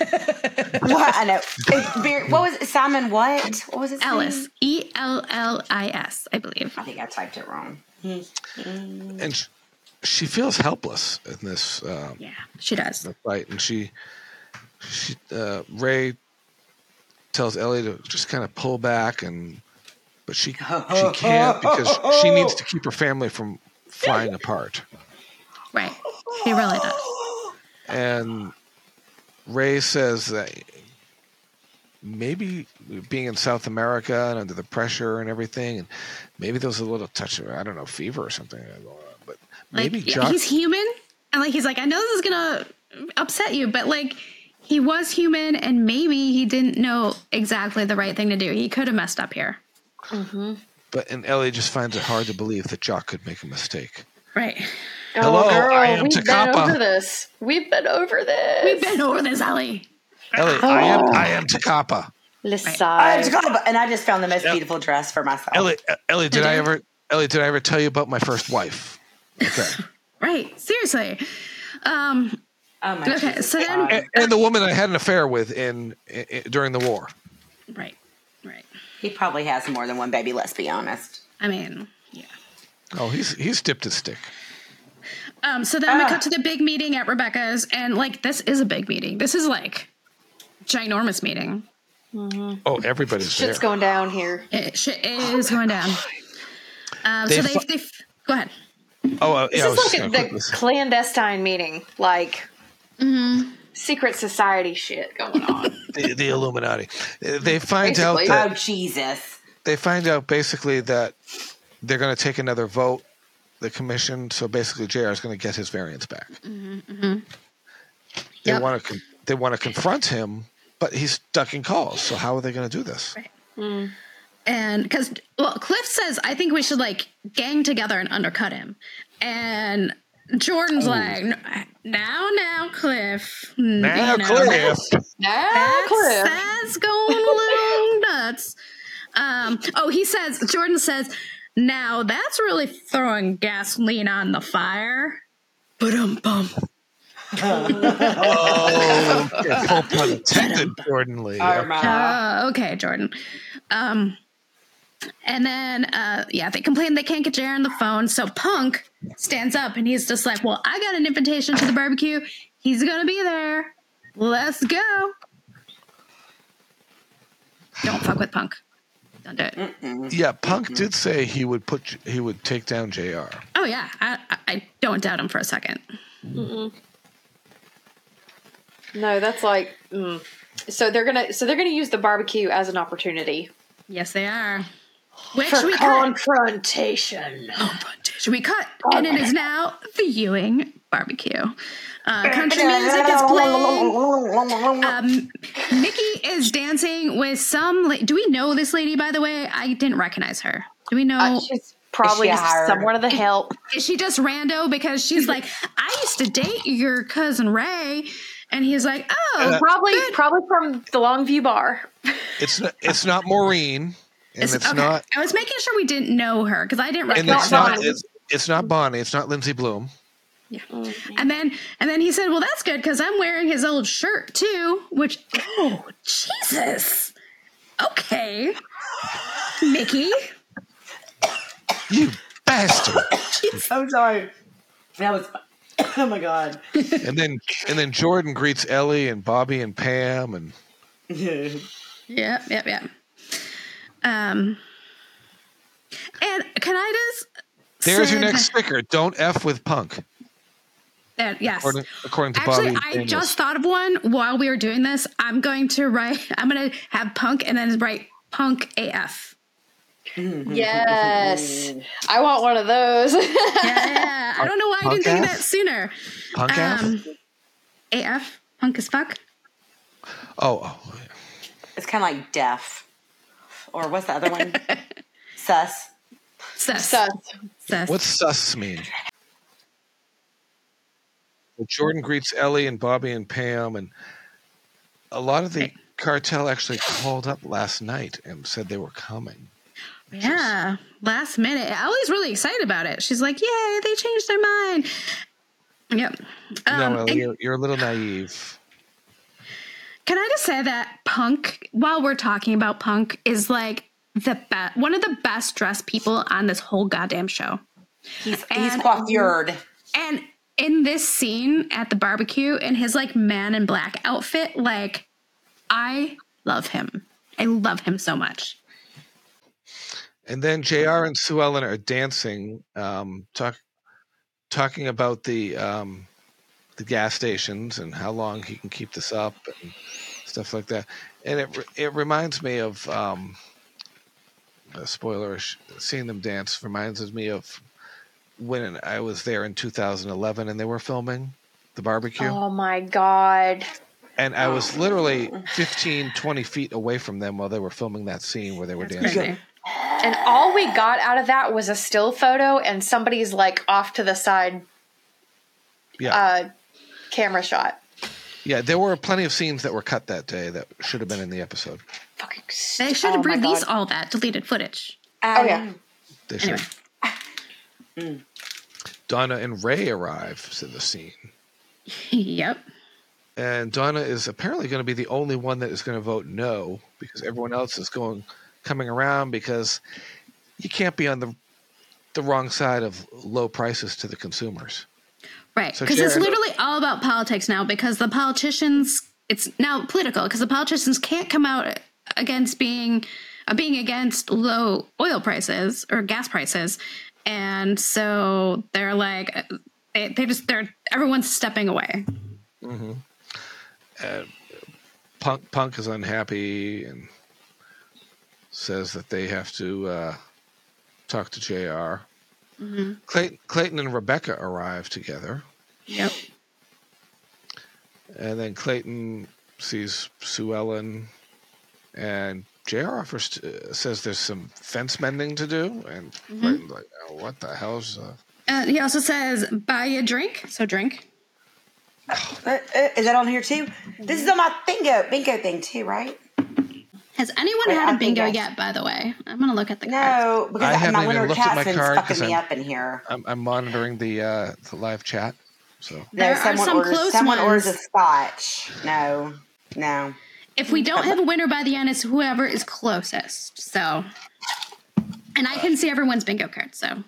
S3: What *laughs* I know. It's very- what was it? Simon? What? What was it?
S1: Ellis, E L L I S, I believe.
S3: I think I typed it wrong.
S4: and she, she feels helpless in this um,
S1: Yeah, she does.
S4: the fight, and she, she uh, Ray tells Ellie to just kind of pull back, and but she she can't because she needs to keep her family from flying apart,
S1: Right, she really does.
S4: and Ray says that maybe being in South America and under the pressure and everything, and maybe there was a little touch of I don't know fever or something going on, but
S1: Like
S4: maybe
S1: yeah,
S4: Jock-
S1: he's human, and like he's like, I know this is gonna upset you, but like he was human, and maybe he didn't know exactly the right thing to do. He could have messed up here.
S4: but and Ellie just finds it hard to believe that Jock could make a mistake.
S1: Right.
S4: Hello,
S2: oh, girl,
S4: I am
S2: we've
S4: Tecapa.
S2: been
S1: Oh.
S2: over this. We've been over this.
S1: We've *laughs* been over this, Ellie.
S4: Ellie, I
S2: Oh.
S4: am I am Takapa.
S3: I
S2: Listen.
S3: forgot about- and I just found the most beautiful dress for myself.
S4: Ellie, uh, Ellie, did I
S1: did.
S4: ever? Ellie, did I ever tell you about my first wife? Okay.
S1: Right. Seriously. Um,
S3: Oh my
S1: okay.
S3: Jesus
S1: So then,
S3: God.
S4: and, and the woman I had an affair with in, i i- during the war.
S1: right. Right.
S3: He probably has more than one baby. Let's be honest.
S1: I mean, yeah.
S4: Oh, he's he's dipped his stick. Ah.
S1: Um, so then we cut to the big meeting at Rebecca's, and like, this is a big meeting. This is like ginormous meeting.
S4: Oh, everybody's there.
S2: Shit's going down here.
S1: It, shit is going down. Um, so
S4: Oh They
S1: they,
S4: fu-
S1: they, f go ahead.
S4: Oh, uh, yeah, I
S2: This
S4: was just
S2: is like
S4: gonna
S2: a,
S4: quickly
S2: the
S4: say-
S2: clandestine meeting, like Mm-hmm. secret society shit going *laughs* on.
S4: the, the Illuminati. Uh, They find out
S2: Basically.
S3: Oh
S4: that
S3: Jesus!
S4: they find out basically that they're going to take another vote. The commission, so basically, Jr. is going to get his variance back. They
S1: Yep.
S4: want to con- they want to confront him, but he's ducking calls. So how are they going to do this?
S1: and because well cliff says i think we should like gang together and undercut him and
S4: Oh.
S1: jordan's like "N- now now cliff N-
S4: Now,
S1: you know,
S4: Cliff.
S2: now,
S1: that's,
S2: Cliff.
S1: that's going a
S2: *laughs*
S1: little nuts um oh he says jordan says now that's really throwing gasoline on the fire Ba-dum bum.
S4: *laughs* Yeah, full pun intended, Jordan Lee.
S1: Uh, okay, Jordan. Um, and then, uh, yeah, they complain they can't get Jared on the phone. So Punk stands up and he's just like, Well, I got an invitation to the barbecue. He's going to be there. Let's go. Don't fuck with Punk. Don't do it.
S4: Yeah, Punk did say he would put he would take down Jr.
S1: Oh, yeah. I, I- I don't doubt him for a second.
S2: No, that's like mm. so they're gonna so they're gonna use the barbecue as an opportunity
S1: Yes, they are. Which
S2: for
S1: we cut.
S2: confrontation. Oh
S1: Confrontation. We cut. And it is now the Ewing barbecue. Uh, country music is playing. um, Nikki is dancing with some. La- Do we know this lady? By the way, I didn't recognize her. Do we know?
S2: Uh, she's probably
S3: Is she
S2: just
S3: hired?
S2: someone of the help.
S1: is she just rando? Because she's like, I used to date your cousin Ray, and he's like,
S4: Uh,
S1: oh,
S2: Probably probably from the Longview Bar.
S4: It's not, it's not Maureen, and it's,
S1: it's- okay.
S4: not
S1: I was making sure we didn't know her because I didn't
S4: and
S1: recognize.
S4: it's
S1: her.
S4: not
S2: Bonnie.
S4: it's, it's not Bonnie. It's not Lindsay Bloom.
S1: And then and then he said, "Well, that's good because I'm wearing his old shirt too." Which, oh Jesus, okay, Mickey,
S4: You
S3: *laughs*
S4: bastard!
S3: I'm sorry. That was. *coughs* Oh my god.
S4: and then and then Jordan greets Ellie and Bobby and Pam and
S1: Yep, yep, yep. Um, and can I just?
S4: there's your
S1: say
S4: next sticker. Don't f with punk.
S1: that- uh, yes.
S4: According, according to
S1: Actually,
S4: Bobby.
S1: I
S4: Daniels.
S1: just thought of one while we were doing this. I'm going to write. I'm going to have punk and then write punk AF.
S2: Yes. *laughs* I want one of those. *laughs*
S1: Yeah, I don't know why I didn't
S4: Punk
S1: think of
S4: AF?
S1: that sooner.
S4: punk f.
S1: Um, AF, punk as fuck.
S4: Oh, oh,
S3: It's kind of like deaf, or what's the other *laughs* one? Sus.
S1: Sus.
S2: Sus.
S1: Sus.
S4: what's sus mean? Well, Jordan greets Ellie and Bobby and Pam, and a lot of the cartel actually called up last night and said they were coming.
S1: Yeah, last minute. Ellie's really excited about it. She's like, "Yay, they changed their mind." Yep. Um,
S4: no, Ellie,
S1: and-
S4: you're, you're a little naive.
S1: Can I just say that Punk, while we're talking about Punk, is like the best, one of the best dressed people on this whole goddamn show.
S3: He's he's
S1: And-
S3: coiffured.
S1: And in this scene at the barbecue, in his like man in black outfit, like I love him. I love him so much.
S4: And then Jr. and Sue Ellen are dancing, um, talk, talking about the um, the gas stations and how long he can keep this up and stuff like that. And it re- it reminds me of um, a spoilerish seeing them dance reminds me of when I was there in 2011 and they were filming the barbecue
S2: Oh my god.
S4: and I was
S2: *laughs*
S4: literally 15 20 feet away from them while they were filming that scene where they were dancing.
S1: Crazy.
S2: And all we got out of that was a still photo and somebody's like off to the side
S4: Yeah.
S2: uh camera shot.
S4: Yeah, there were plenty of scenes that were cut that day that should have been in the episode.
S2: Fucking
S1: They should release all that deleted footage.
S2: Oh yeah.
S4: They should. Donna and Ray arrive to the scene.
S1: *laughs* yep.
S4: And Donna is apparently going to be the only one that is going to vote no because everyone else is going coming around because you can't be on the the wrong side of low prices to the consumers.
S1: Right.
S4: So
S1: Because it's
S4: Jared-
S1: literally all about politics now because the politicians it's now political because the politicians can't come out against being uh, being against low oil prices or gas prices, and so they're like uh, they, they just they're everyone's stepping away.
S4: Punk Punk is unhappy and says that they have to uh, talk to junior Clayton, Clayton and Rebecca arrive together,
S1: Yep.
S4: and then Clayton sees Sue Ellen, and Jr. offers to, says there's some fence mending to do, and
S1: Mm-hmm.
S4: Clayton's like, oh, "What the hell's?" Uh,
S1: And he also says, "Buy a drink." So drink.
S3: Uh, uh, is that on here too? This is on my bingo bingo thing too, right?
S1: Has anyone
S3: Wait,
S1: had
S3: I
S1: a
S3: think
S1: bingo
S3: I-
S1: yet? By the way, I'm gonna look at the cards.
S3: No, because
S4: I haven't
S3: my
S4: even
S3: Leonard
S4: looked at my
S3: Cashman's
S4: card
S3: fucking
S4: 'cause
S3: me
S4: I'm-
S3: up in here.
S4: I'm, I'm monitoring the uh, the live chat, so
S3: No,
S1: There are
S3: someone
S1: some
S3: orders,
S1: close
S3: someone
S1: ones.
S3: orders a scotch. No, no.
S1: If we don't have a winner by the end, it's whoever is closest. So, and I can see everyone's bingo card. So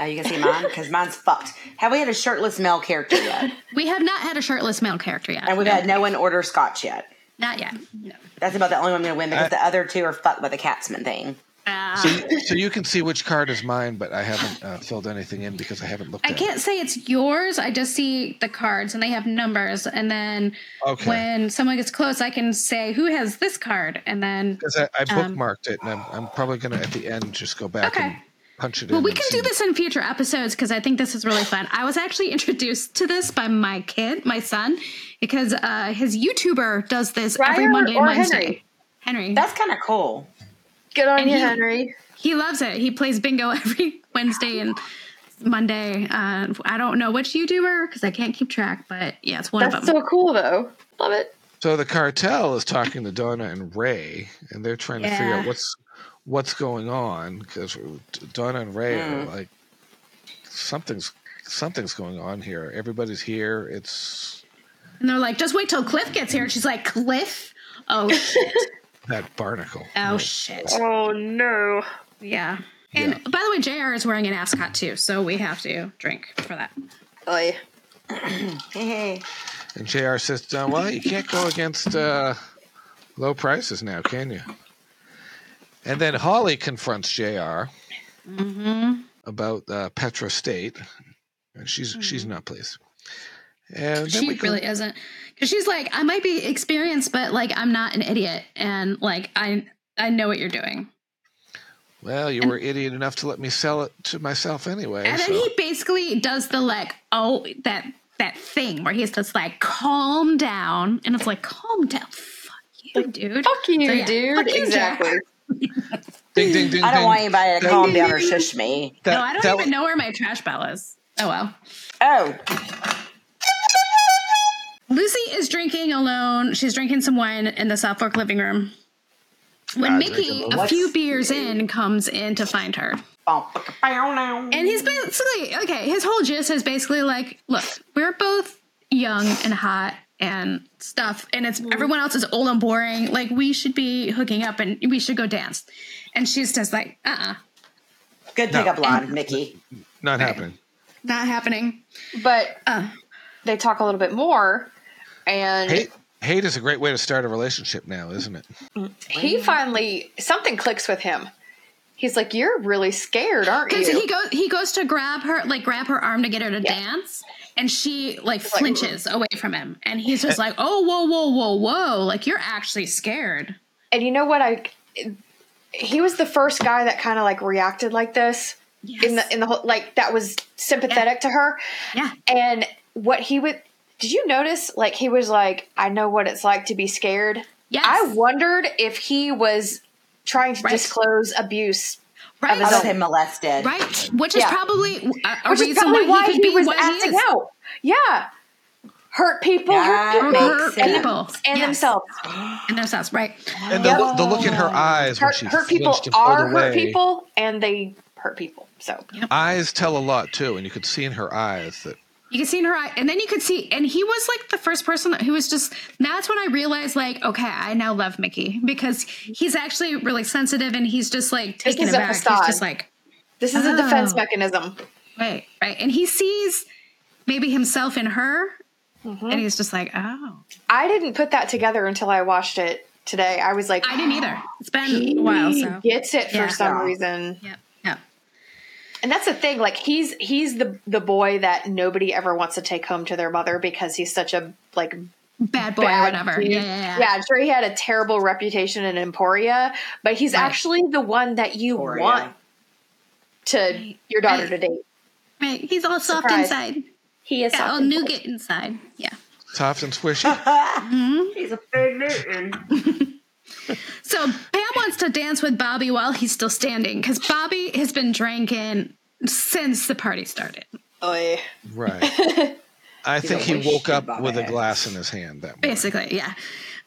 S3: Oh, you can see mine because mine's fucked. Have we had a shirtless male
S1: *laughs*
S3: character yet?
S1: we have not had a shirtless male character yet.
S3: And we've
S1: No.
S3: had no one order scotch yet.
S1: not yet. No.
S3: That's about the only one I'm going to win because
S4: I-
S3: the other two are fucked by the Catsman thing.
S1: Uh,
S4: so, so you can see which card is mine, but I haven't uh, filled anything in because I haven't looked.
S1: I
S4: at it.
S1: can't say it's yours. I just see the cards and they have numbers. And then
S4: Okay.
S1: when someone gets close, I can say who has this card. And then
S4: because I, I bookmarked it, and I'm, I'm probably gonna at the end just go back
S1: um, Okay.
S4: and punch it
S1: Well,
S4: in.
S1: we
S4: and
S1: can
S4: see
S1: do this in future episodes because I think this is really fun. I was actually introduced to this by my kid, my son, because uh, his YouTuber does this every
S2: Ryer
S1: Monday and
S2: or
S1: Wednesday.
S2: Henry?
S1: Henry.
S3: That's kind of cool.
S2: Good on
S1: And
S2: you,
S1: you-
S2: Henry.
S1: he loves it. He plays bingo *laughs* every Wednesday and Monday. Uh, I don't know which YouTuber because I can't keep track, but yeah, it's one of
S2: That's
S1: them.
S2: so cool, though. Love it.
S4: So the cartel is talking to Donna and Ray, and they're trying to figure
S1: Yeah.
S4: out what's what's going on because Donna and Ray are
S1: Hmm.
S4: like something's something's going on here. Everybody's here. It's
S1: and they're like, just wait till Cliff gets here. And she's like, Cliff? Oh, shit.
S4: that barnacle.
S1: oh, shit.
S2: Oh no.
S1: Yeah. And by the way, JR is wearing an ascot too, so we have to drink for that.
S2: Oy.
S3: Hey,
S4: And Jr. says, to Donna, "Well, you can't go against uh, low prices now, can you?" And then Holly confronts Jr.
S1: Mm-hmm.
S4: about uh, Petra State, and she's she's not pleased. And then
S1: Mm-hmm. she
S4: we go-
S1: really isn't because she's like i might be experienced but like i'm not an idiot and like i i know what you're doing
S4: Well, you were idiot enough to let me sell it to myself anyway.
S1: and then
S4: so-
S1: he basically does the like oh that that thing where he's just like calm down and it's like calm down fuck you dude
S2: Fuck you,
S1: So, yeah.
S2: dude.
S1: Fuck you, Jack.
S2: exactly.
S4: ding, ding, ding,
S3: I don't
S4: ding.
S3: want anybody to
S1: *laughs*
S3: calm down or shush me.
S4: That-
S1: no i don't
S4: that
S1: even
S4: wa-
S1: know where my trash bell is oh well
S3: Oh,
S1: lucy is drinking alone she's drinking some wine in the south fork living room when
S4: Ah, drink
S1: mickey
S4: alone.
S1: a few beers in comes in to find her
S3: bum, fuck, bow, now.
S1: And he's basically okay. His whole gist is basically like, look, we're both young and hot and stuff, and it's
S2: Mm-hmm.
S1: everyone else is old and boring. Like we should be hooking up and we should go dance. And she's just like, uh, uh
S3: good pickup line, Mickey.
S4: Not happening.
S1: not happening.
S2: But they talk a little bit more, and
S4: Hate, hate is a great way to start a relationship now, isn't it?
S2: he finally something clicks with him. He's like, "You're really scared, aren't you?"
S1: Because he goes, he goes to grab her, like grab her arm to get her to dance, and she like flinches
S2: mm-hmm.
S1: away from him, and he's just like, oh, whoa, whoa, whoa, whoa, like you're actually scared.
S2: and you know what? I he was the first guy that kind of like reacted like this in the in the whole like that was sympathetic to her.
S1: Yeah.
S2: And what he would did you notice like he was like, I know what it's like to be scared.
S1: Yes.
S2: I wondered if he was trying to
S1: Right.
S2: disclose abuse.
S1: Right.
S3: I love him molested.
S1: Right, which is
S2: Yeah.
S1: probably a, a
S2: Which
S1: reason
S2: is probably
S1: why
S2: why
S1: he could
S2: he
S1: be
S2: was
S1: what he
S2: acting
S1: is.
S2: out. Yeah. Hurt people,
S3: That
S2: hurt people
S3: makes
S1: hurt
S3: sense.
S1: people
S2: and
S1: Yes.
S2: themselves.
S1: and themselves, right?
S4: And the, lo- the look in her eyes when
S2: Hurt,
S4: she
S2: hurt people
S4: flinched and pulled
S2: are hurt
S4: away,
S2: people and they hurt people. So
S4: Eyes tell a lot too, and you could see in her eyes that
S1: You could see in her eye, and then you could see, and he was like the first person that, who was just. That's when I realized, like, okay, I now love Mickey because he's actually really sensitive, and he's just like taken
S2: is a
S1: aback. He's
S2: facade.
S1: just like,
S2: this is a defense
S1: Oh.
S2: mechanism.
S1: right, right, and he sees maybe himself in her,
S2: Mm-hmm.
S1: and he's just like, oh,
S2: I didn't put that together until I watched it today. I was like,
S1: I didn't either. It's been a while,
S2: he
S1: so
S2: gets it
S1: Yeah.
S2: for some reason.
S1: yeah, yeah.
S2: And that's the thing. Like he's he's the the boy that nobody ever wants to take home to their mother because he's such a like
S1: bad boy or
S2: bad
S1: whatever.
S2: dude.
S1: Yeah, yeah, yeah.
S2: I'm sure he had a terrible reputation in Emporia, but he's actually the one that you
S3: Emporia.
S2: want to your daughter
S1: Right.
S2: to date.
S1: Right. He's all soft
S2: Surprise.
S1: inside.
S2: He is
S1: Yeah, all
S2: something.
S1: nougat inside. Yeah.
S4: Soft and squishy.
S3: He's a big Newton.
S1: So Pam wants to dance with Bobby while he's still standing because Bobby has been drinking since the party started.
S2: Oy.
S4: Right. I think he
S3: always
S4: woke
S3: shit
S4: up
S3: Bob
S4: with a
S3: Evans.
S4: glass in his hand that morning.
S1: Basically, yeah.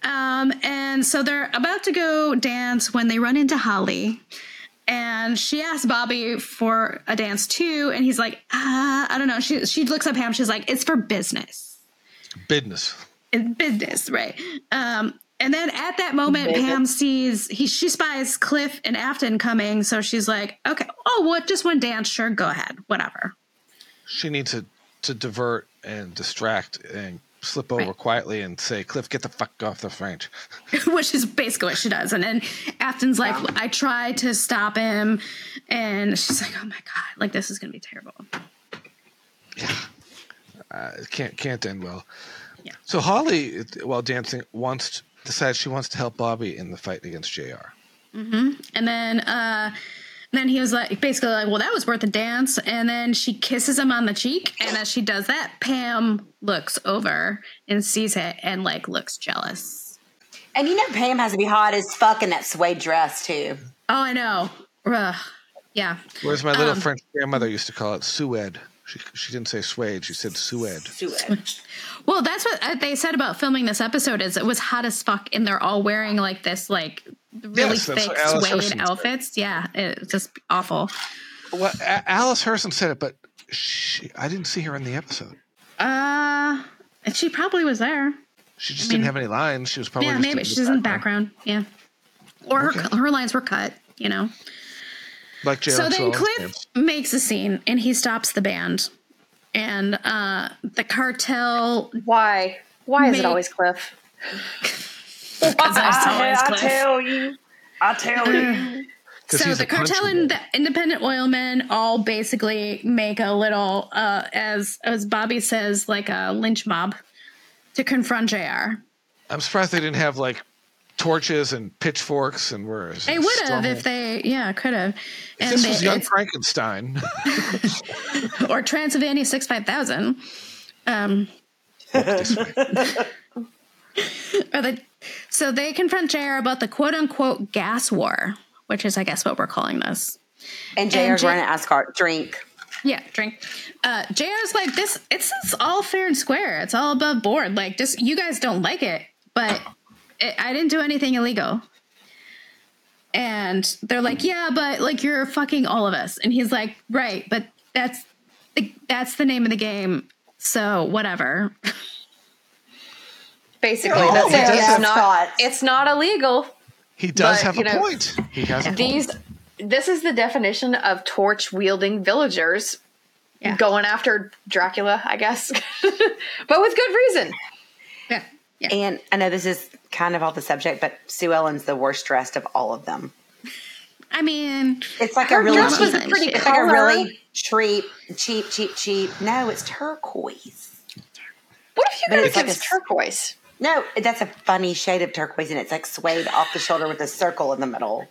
S1: Um, and so they're about to go dance when they run into Holly. And she asks Bobby for a dance too, and he's like, uh, I don't know. She she looks up Pam. She's like, it's for business.
S4: Business.
S1: It's business, right? Um, and then at that moment, Pam sees he she spies Cliff and Afton coming, so she's like, okay, oh, what? Just one dance, sure, go ahead, whatever. *laughs*
S4: She needs to, to divert and distract and slip over quietly and say, Cliff, get the fuck off the French.
S1: which is basically what she does. And then Afton's like, I tried to stop him, and she's like, Oh my god, like this is gonna be terrible.
S4: It can't can't end well.
S1: Yeah.
S4: So Holly, while dancing, wants decides she wants to help Bobby in the fight against Jr.
S1: And then, uh, then he was like, basically like, Well, that was worth a dance. And then she kisses him on the cheek, and as she does that, Pam looks over and sees it, and like looks jealous.
S3: And you know Pam has to be hot as fuck in that suede dress too.
S1: Oh, I know. Ugh. Yeah,
S4: Whereas my
S1: Um,
S4: little French grandmother used to call it suede. She, she didn't say suede. She said suede.
S3: Suede.
S1: Well, that's what uh, they said about filming this episode. Is it was hot as fuck, and they're all wearing like this, like really
S4: Yes, that's
S1: thick
S4: what Alice
S1: suede
S4: Henderson said.
S1: outfits. Yeah, it's just awful.
S4: Well, A- Alice Herson said it, but she, I didn't see her in the episode.
S1: Uh, and she probably was there.
S4: She just didn't have any lines. She was probably
S1: Yeah,
S4: just
S1: maybe she's in the background. Yeah, or her, her lines were cut. You know.
S4: Like J.R.
S1: So then
S4: Solis
S1: Cliff
S4: danced.
S1: makes a scene, and he stops the band, and uh, the cartel
S2: Why? Why is
S1: Make-
S2: it always Cliff?
S1: it's always
S2: I, I
S1: Cliff.
S2: tell you. I tell you.
S4: 'Cause
S1: So
S4: he's
S1: the
S4: a country
S1: cartel
S4: boy.
S1: and the independent oilmen all basically make a little, uh, as as Bobby says, like a lynch mob to confront Jr.
S4: I'm surprised they didn't have like torches and pitchforks and were.
S1: They would have if they, yeah, could have, and
S4: This was
S1: they,
S4: young
S1: it's-
S4: Frankenstein. *laughs*
S1: or Transylvania six five thousand. Um, *laughs*
S4: This way.
S1: or they, so they confront Jr. about the quote unquote gas war, which is, I guess, what we're calling this.
S3: And JR's
S1: J-
S3: running Asgard drink.
S1: Yeah, drink. Uh, JR's like, this, it's, it's all fair and square. It's all above board. Like, just, you guys don't like it, but it, I didn't do anything illegal. And they're like, yeah, but like, you're fucking all of us. And he's like, right, but that's the, that's the name of the game. So whatever.
S2: Basically,
S4: Oh,
S2: that's
S4: he
S2: it.
S4: does
S2: It's
S4: have
S2: not,
S3: thoughts.
S2: it's not illegal.
S4: He does
S2: But,
S4: have
S2: you
S4: a
S2: know,
S4: point. He has a point.
S2: These this is the definition of torch wielding villagers
S1: Yeah.
S2: going after Dracula, I guess. *laughs* but with good reason.
S1: Yeah. Yeah.
S3: And I know this is kind of off the subject, but Sue Ellen's the worst dressed of all of them.
S1: I mean,
S3: It's like
S1: Her
S3: a really
S1: dress was
S3: cheap,
S1: a pretty
S3: it's like a
S2: color.
S3: really cheap, cheap, cheap, cheap. No, it's turquoise.
S2: What if you
S3: But
S2: guys
S3: it's like
S2: it's
S3: a-
S2: turquoise?
S3: No, that's a funny shade of turquoise, and it's like suede off the shoulder with a circle in the middle.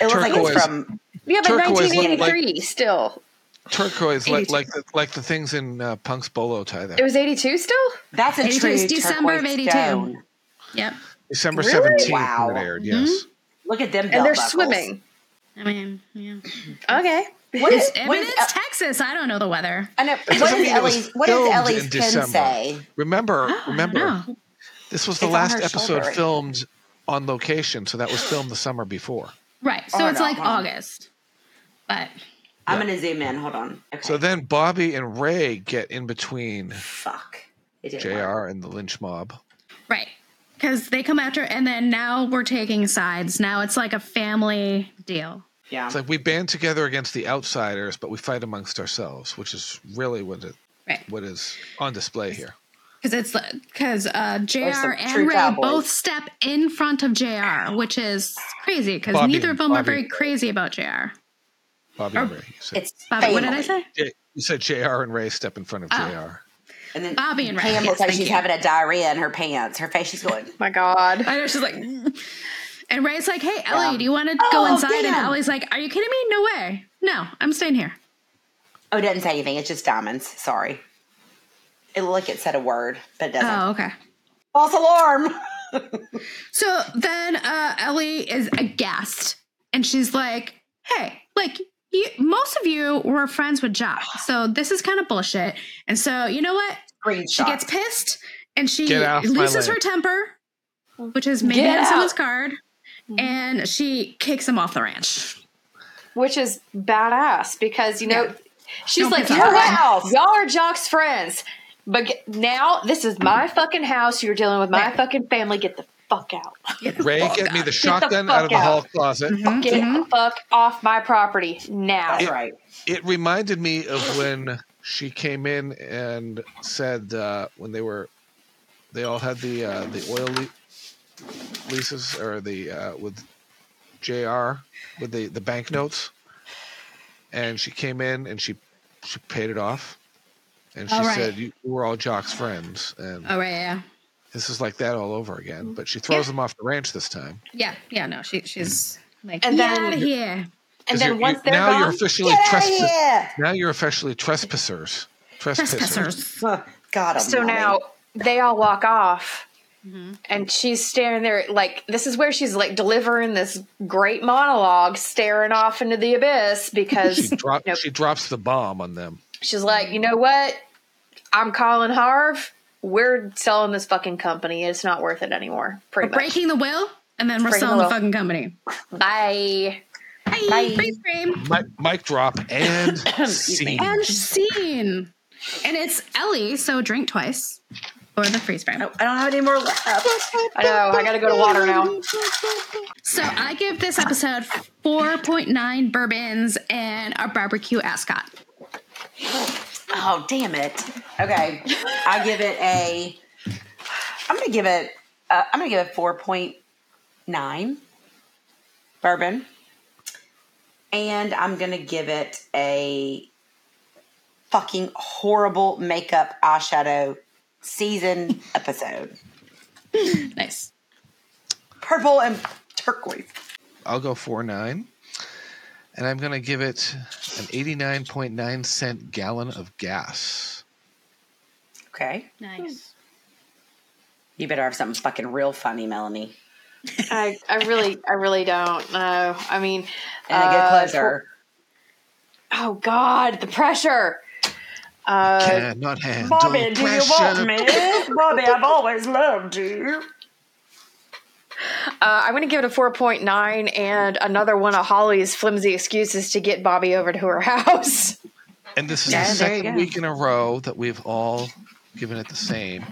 S3: It looks like
S4: Turquoise.
S3: it's from
S2: Yeah, but
S4: Turquoise looked
S2: 1983 still.
S4: turquoise, like
S1: 82.
S4: like the, like the things in uh, Punk's bolo tie there.
S2: It was 82 still?
S3: that's a
S1: 82,
S3: true
S1: it's December of
S3: turquoise
S1: 82.
S3: stone.
S1: yep.
S4: December
S2: Really?
S4: seventeenth
S3: Wow. Mm-hmm.
S4: when it aired. Yes,
S3: Look at them,
S2: And
S3: belt
S2: they're
S3: buckles.
S2: swimming.
S1: I mean, yeah.
S2: Okay.
S3: What is,
S1: I
S3: what
S1: mean,
S3: is uh,
S1: it's Texas. I don't know the weather.
S3: I know. What
S4: doesn't
S3: is
S4: mean it was
S3: Ellie's? What does
S4: filmed
S3: Ellie's
S4: in
S3: pin
S4: December.
S3: say?
S4: remember,
S3: Ah,
S4: remember,
S3: Oh.
S1: know.
S4: this was the
S3: It's on
S4: last
S3: her
S4: episode
S3: shoulder.
S4: filmed on location, so that was filmed the summer before.
S1: Right. So
S3: Oh,
S1: it's
S3: no,
S1: like
S3: huh.
S1: August. But
S3: I'm gonna zoom in. Hold on. Okay.
S4: So then Bobby and Ray get in between
S3: fuck. It didn't work.
S4: Jr. and the lynch mob.
S1: Right. Because they come after, and then now we're taking sides. Now it's like a family deal.
S3: Yeah.
S4: It's like we band together against the outsiders, but we fight amongst ourselves, which is really what it,
S1: Right.
S4: what is on display here.
S1: because it's because uh,
S3: some
S1: Jr.
S3: true
S1: and Ray
S3: cowboys.
S1: both step in front of Jr., which is crazy because
S4: Bobby-
S1: neither of them are
S4: Bobby.
S1: very crazy about Jr.
S4: Bobby
S3: Oh.
S4: and Ray. You said,
S3: It's
S1: Bobby, what did I
S3: family.
S1: say?
S4: J- you said JR and Ray step in front of
S3: Ah.
S4: JR.
S3: And then
S1: Bobby and Ray.
S3: Pam
S1: Yes,
S3: looks like
S1: thank
S3: she's
S1: you.
S3: having a diarrhea in her pants. Her face is going.
S2: My God.
S1: I know she's like, *laughs* "Mm." and Ray's like, "Hey, Ellie, do you want to go
S3: Oh,
S1: inside?" And
S3: damn.
S1: Ellie's like, "Are you kidding me? No way. No, I'm staying here."
S3: Oh, it doesn't say anything. It's just diamonds. Sorry. It looked like it said a word, but it doesn't.
S1: Oh, okay.
S3: False alarm.
S1: So then uh, Ellie is aghast, and she's like, "Hey, like." You, most of you were friends with Jock, so this is kind of bullshit. And so, you know what?
S3: Screenshot.
S1: She gets pissed and she
S4: Get off my
S1: loses her
S4: land.
S1: temper, which is maybe
S2: Get Mm-hmm.
S1: on
S2: out.
S1: someone's card, and she kicks him off the ranch.
S2: which is badass because you know
S1: Yeah.
S2: she's
S1: Don't
S2: like
S1: piss off
S2: you know
S1: her
S2: what
S3: house."
S2: y'all are jock's friends but g- now this is my fucking house you're dealing with my
S1: Right.
S2: fucking family get the fuck out
S4: Ray,
S2: *laughs*
S4: get me the shotgun
S2: fuck
S4: out of the
S2: out.
S4: hall closet.
S2: get the fuck off my property now
S3: That's *laughs* right.
S4: It reminded me of when she came in and said uh, when they were they all had the uh, the oil le- leases or the uh, with JR with the the banknotes, and she came in and she she paid it off, and she
S1: All right.
S4: said you, you were all Jock's friends, and
S1: Oh, right, yeah.
S4: this is like that all over again. But she throws them off the ranch this time.
S1: Yeah, yeah, no, she, she's like,
S2: And
S1: and
S2: then-
S1: then, out of here.
S2: and
S4: 'Cause
S2: then
S4: you're-
S2: once
S4: you-
S2: they're
S4: now you're
S2: gone
S4: officially
S3: Get out of
S4: trespass-
S3: here.
S4: now you're officially trespassers. Trespassers.
S1: Trespassers.
S3: Huh, Got him.
S2: so
S3: mommy.
S2: now they all walk off and she's standing there like this is where she's like delivering this great monologue staring off into the abyss because
S4: She, drop,
S2: Nope.
S4: she drops the bomb on them.
S2: She's like, you know what? I'm calling Harv. We're selling this fucking company. It's not worth it anymore. Pretty much.
S1: Breaking the will, and then we're
S2: Breaking
S1: selling
S2: the
S1: the,
S2: will.
S1: fucking company.
S2: Bye.
S1: Bye.
S3: Bye.
S1: Freeze frame.
S4: Mic, mic drop
S3: *coughs*
S4: and scene.
S1: And scene. And it's Ellie, so drink twice for the freeze frame.
S3: I don't have any more left.
S2: I know. I gotta go to water now.
S1: So I give this episode 4.9 bourbons and a barbecue ascot.
S3: Oh, damn it. Okay. I give it a. I'm going to give it. Uh, I'm going to give it 4.9 bourbon. And I'm going to give it a fucking horrible makeup eyeshadow season episode.
S1: Nice.
S3: Purple and turquoise.
S4: I'll go four nine, and I'm gonna give it an eighty nine point nine cent gallon of gas.
S3: Okay.
S1: Nice.
S3: You better have something fucking real funny, Melanie.
S2: I, I really, I really don't know. I mean,
S3: And a good
S2: uh,
S3: closer.
S2: Oh God, the pressure.
S4: Cannot handle
S3: Uh, Bobby, do you
S4: pressure.
S3: want me? Bobby, I've always loved you.
S2: Uh, I'm gonna give it a 4.9 and another one of Holly's flimsy excuses to get Bobby over to her *laughs* house.
S4: And this is
S3: Yeah,
S4: the
S3: there you
S4: second
S3: go.
S4: week in a row that we've all given it the same.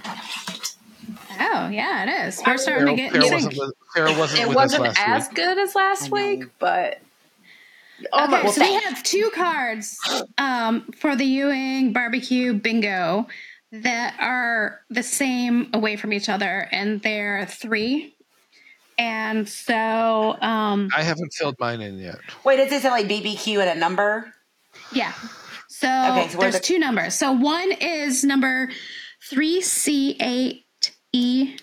S1: Oh, yeah, it is. We're starting to get in
S4: Sarah
S1: sync.
S4: wasn't with, Sarah wasn't
S2: It
S4: with
S2: wasn't
S4: us last
S2: as
S4: week.
S2: good as last week, but oh
S1: Okay,
S2: my, well,
S1: so we have two cards um, for the Ewing barbecue bingo that are the same away from each other, and they're three. And so, um,
S4: I haven't filled mine in yet.
S3: Wait, does it say like BBQ and a number?
S1: yeah. So,
S3: Okay, so what are
S1: there's
S3: the-
S1: two numbers. So one is number 3C8E26, E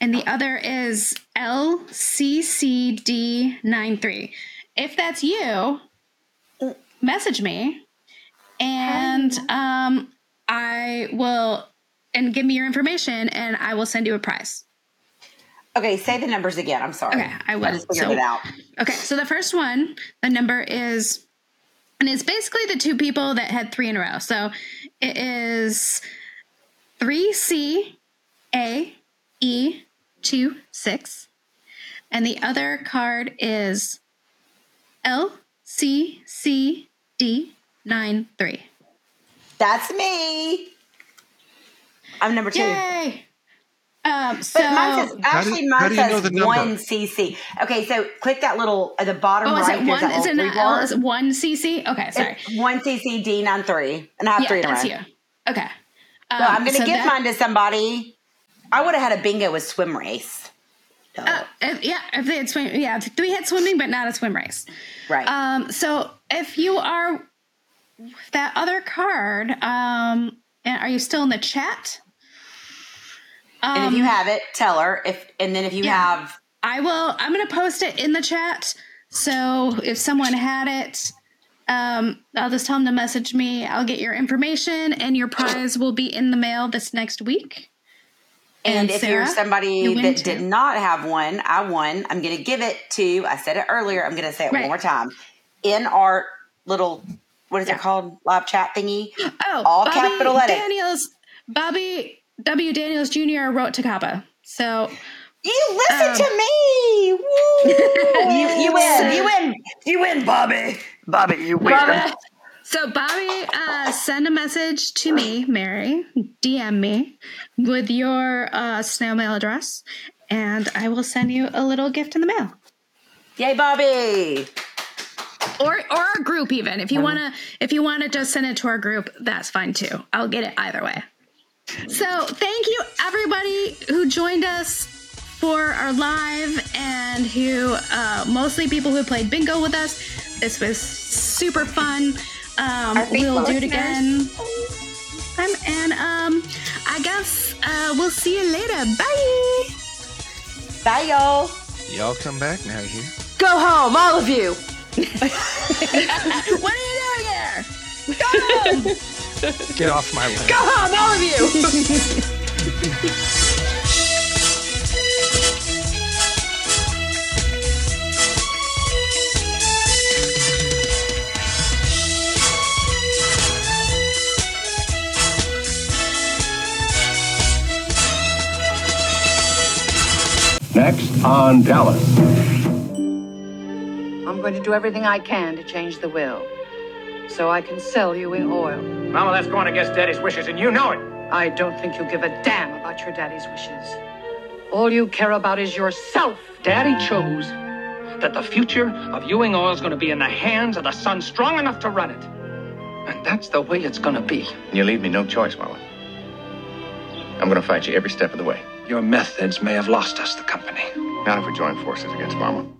S1: and the other is LCCD93. If that's you, message me and um, I will, and give me your information and I will send you a prize.
S3: Okay, say the numbers again. I'm sorry.
S1: Okay, I will.
S3: I just figured
S1: So-
S3: it out.
S1: Okay, so the first one, the number is, and it's basically the two people that had three in a row. So it is 3CAE26. E, And the other card is LCCD93.
S3: That's me. I'm number two.
S1: Yay! Um, so,
S3: But mine says
S4: How do-
S3: actually
S4: how
S3: mine
S4: do you
S3: says
S4: know the number?
S3: one CC. Okay, so click that little at the bottom
S1: oh, is
S3: right.
S1: it
S3: there's
S1: one?
S3: that
S1: Is it
S3: little
S1: not
S3: three bar.
S1: L? Is it one CC? Okay, sorry.
S3: It's one CC D nine three, and I have
S1: yeah,
S3: three in a
S1: that's
S3: row.
S1: you. Okay. Um,
S3: Well, I'm going to
S1: so
S3: give
S1: that-
S3: mine to somebody. I would have had a bingo with swim race. So,
S1: If, yeah, if they had swim, yeah, if we had swimming, but not a swim race.
S3: right.
S1: Um, so if you are that other card, um, and are you still in the chat? Um,
S3: and if you have it, tell her. If and then if you
S1: yeah.
S3: have,
S1: I will. I'm going to post it in the chat. So if someone had it, um, I'll just tell them to message me. I'll get your information, and your prize will be in the mail this next week.
S3: and,
S1: And
S3: if
S1: Sarah,
S3: you're somebody
S1: you win
S3: that
S1: too.
S3: did not have one, I won. I'm going to give it to. I said it earlier. I'm going to say it
S1: Right.
S3: one more time. In our little, what is it called? Live chat thingy.
S1: *gasps* Oh,
S3: all capital letters.
S1: Daniels, Bobby W. Daniels Jr. wrote Takaba. So
S3: You listen
S1: Um.
S3: to
S1: *laughs*
S3: me. Woo! you, you win. You win. You win, Bobby. Bobby, you win.
S1: Bobby, so Bobby, uh, send a message to me, Mary, DM me with your uh, snail mail address, and I will send you a little gift in the mail,
S3: Yay, Bobby.
S1: or or our group even. If you wanna, if you wanna just send it to our group, that's fine too. I'll get it either way. So thank you everybody who joined us for our live and who uh, mostly people who played bingo with us. This was super fun. Um,
S2: Our faithful
S1: we'll do it
S2: listeners.
S1: again. Um, and um, I guess uh, we'll see you later. Bye.
S3: Bye, y'all.
S4: Y'all come back now here.
S2: Go home, all of you.
S1: What are you doing there?
S4: Get off my land.
S2: Go home, all of you.
S9: Next on Dallas.
S10: I'm going to do everything I can to change the will so I can sell you in oil.
S6: Mama, that's going against Daddy's wishes, and you know it.
S10: I don't think you give a damn about your daddy's wishes. All you care about is yourself.
S6: Daddy chose that the future of Ewing Oil is going to be in the hands of the son strong enough to run it. And that's the way it's going to be.
S8: You leave me no choice, Mama. I'm going to fight you every step of the way.
S6: Your methods may have lost us the company.
S8: Not if we join forces against Mama.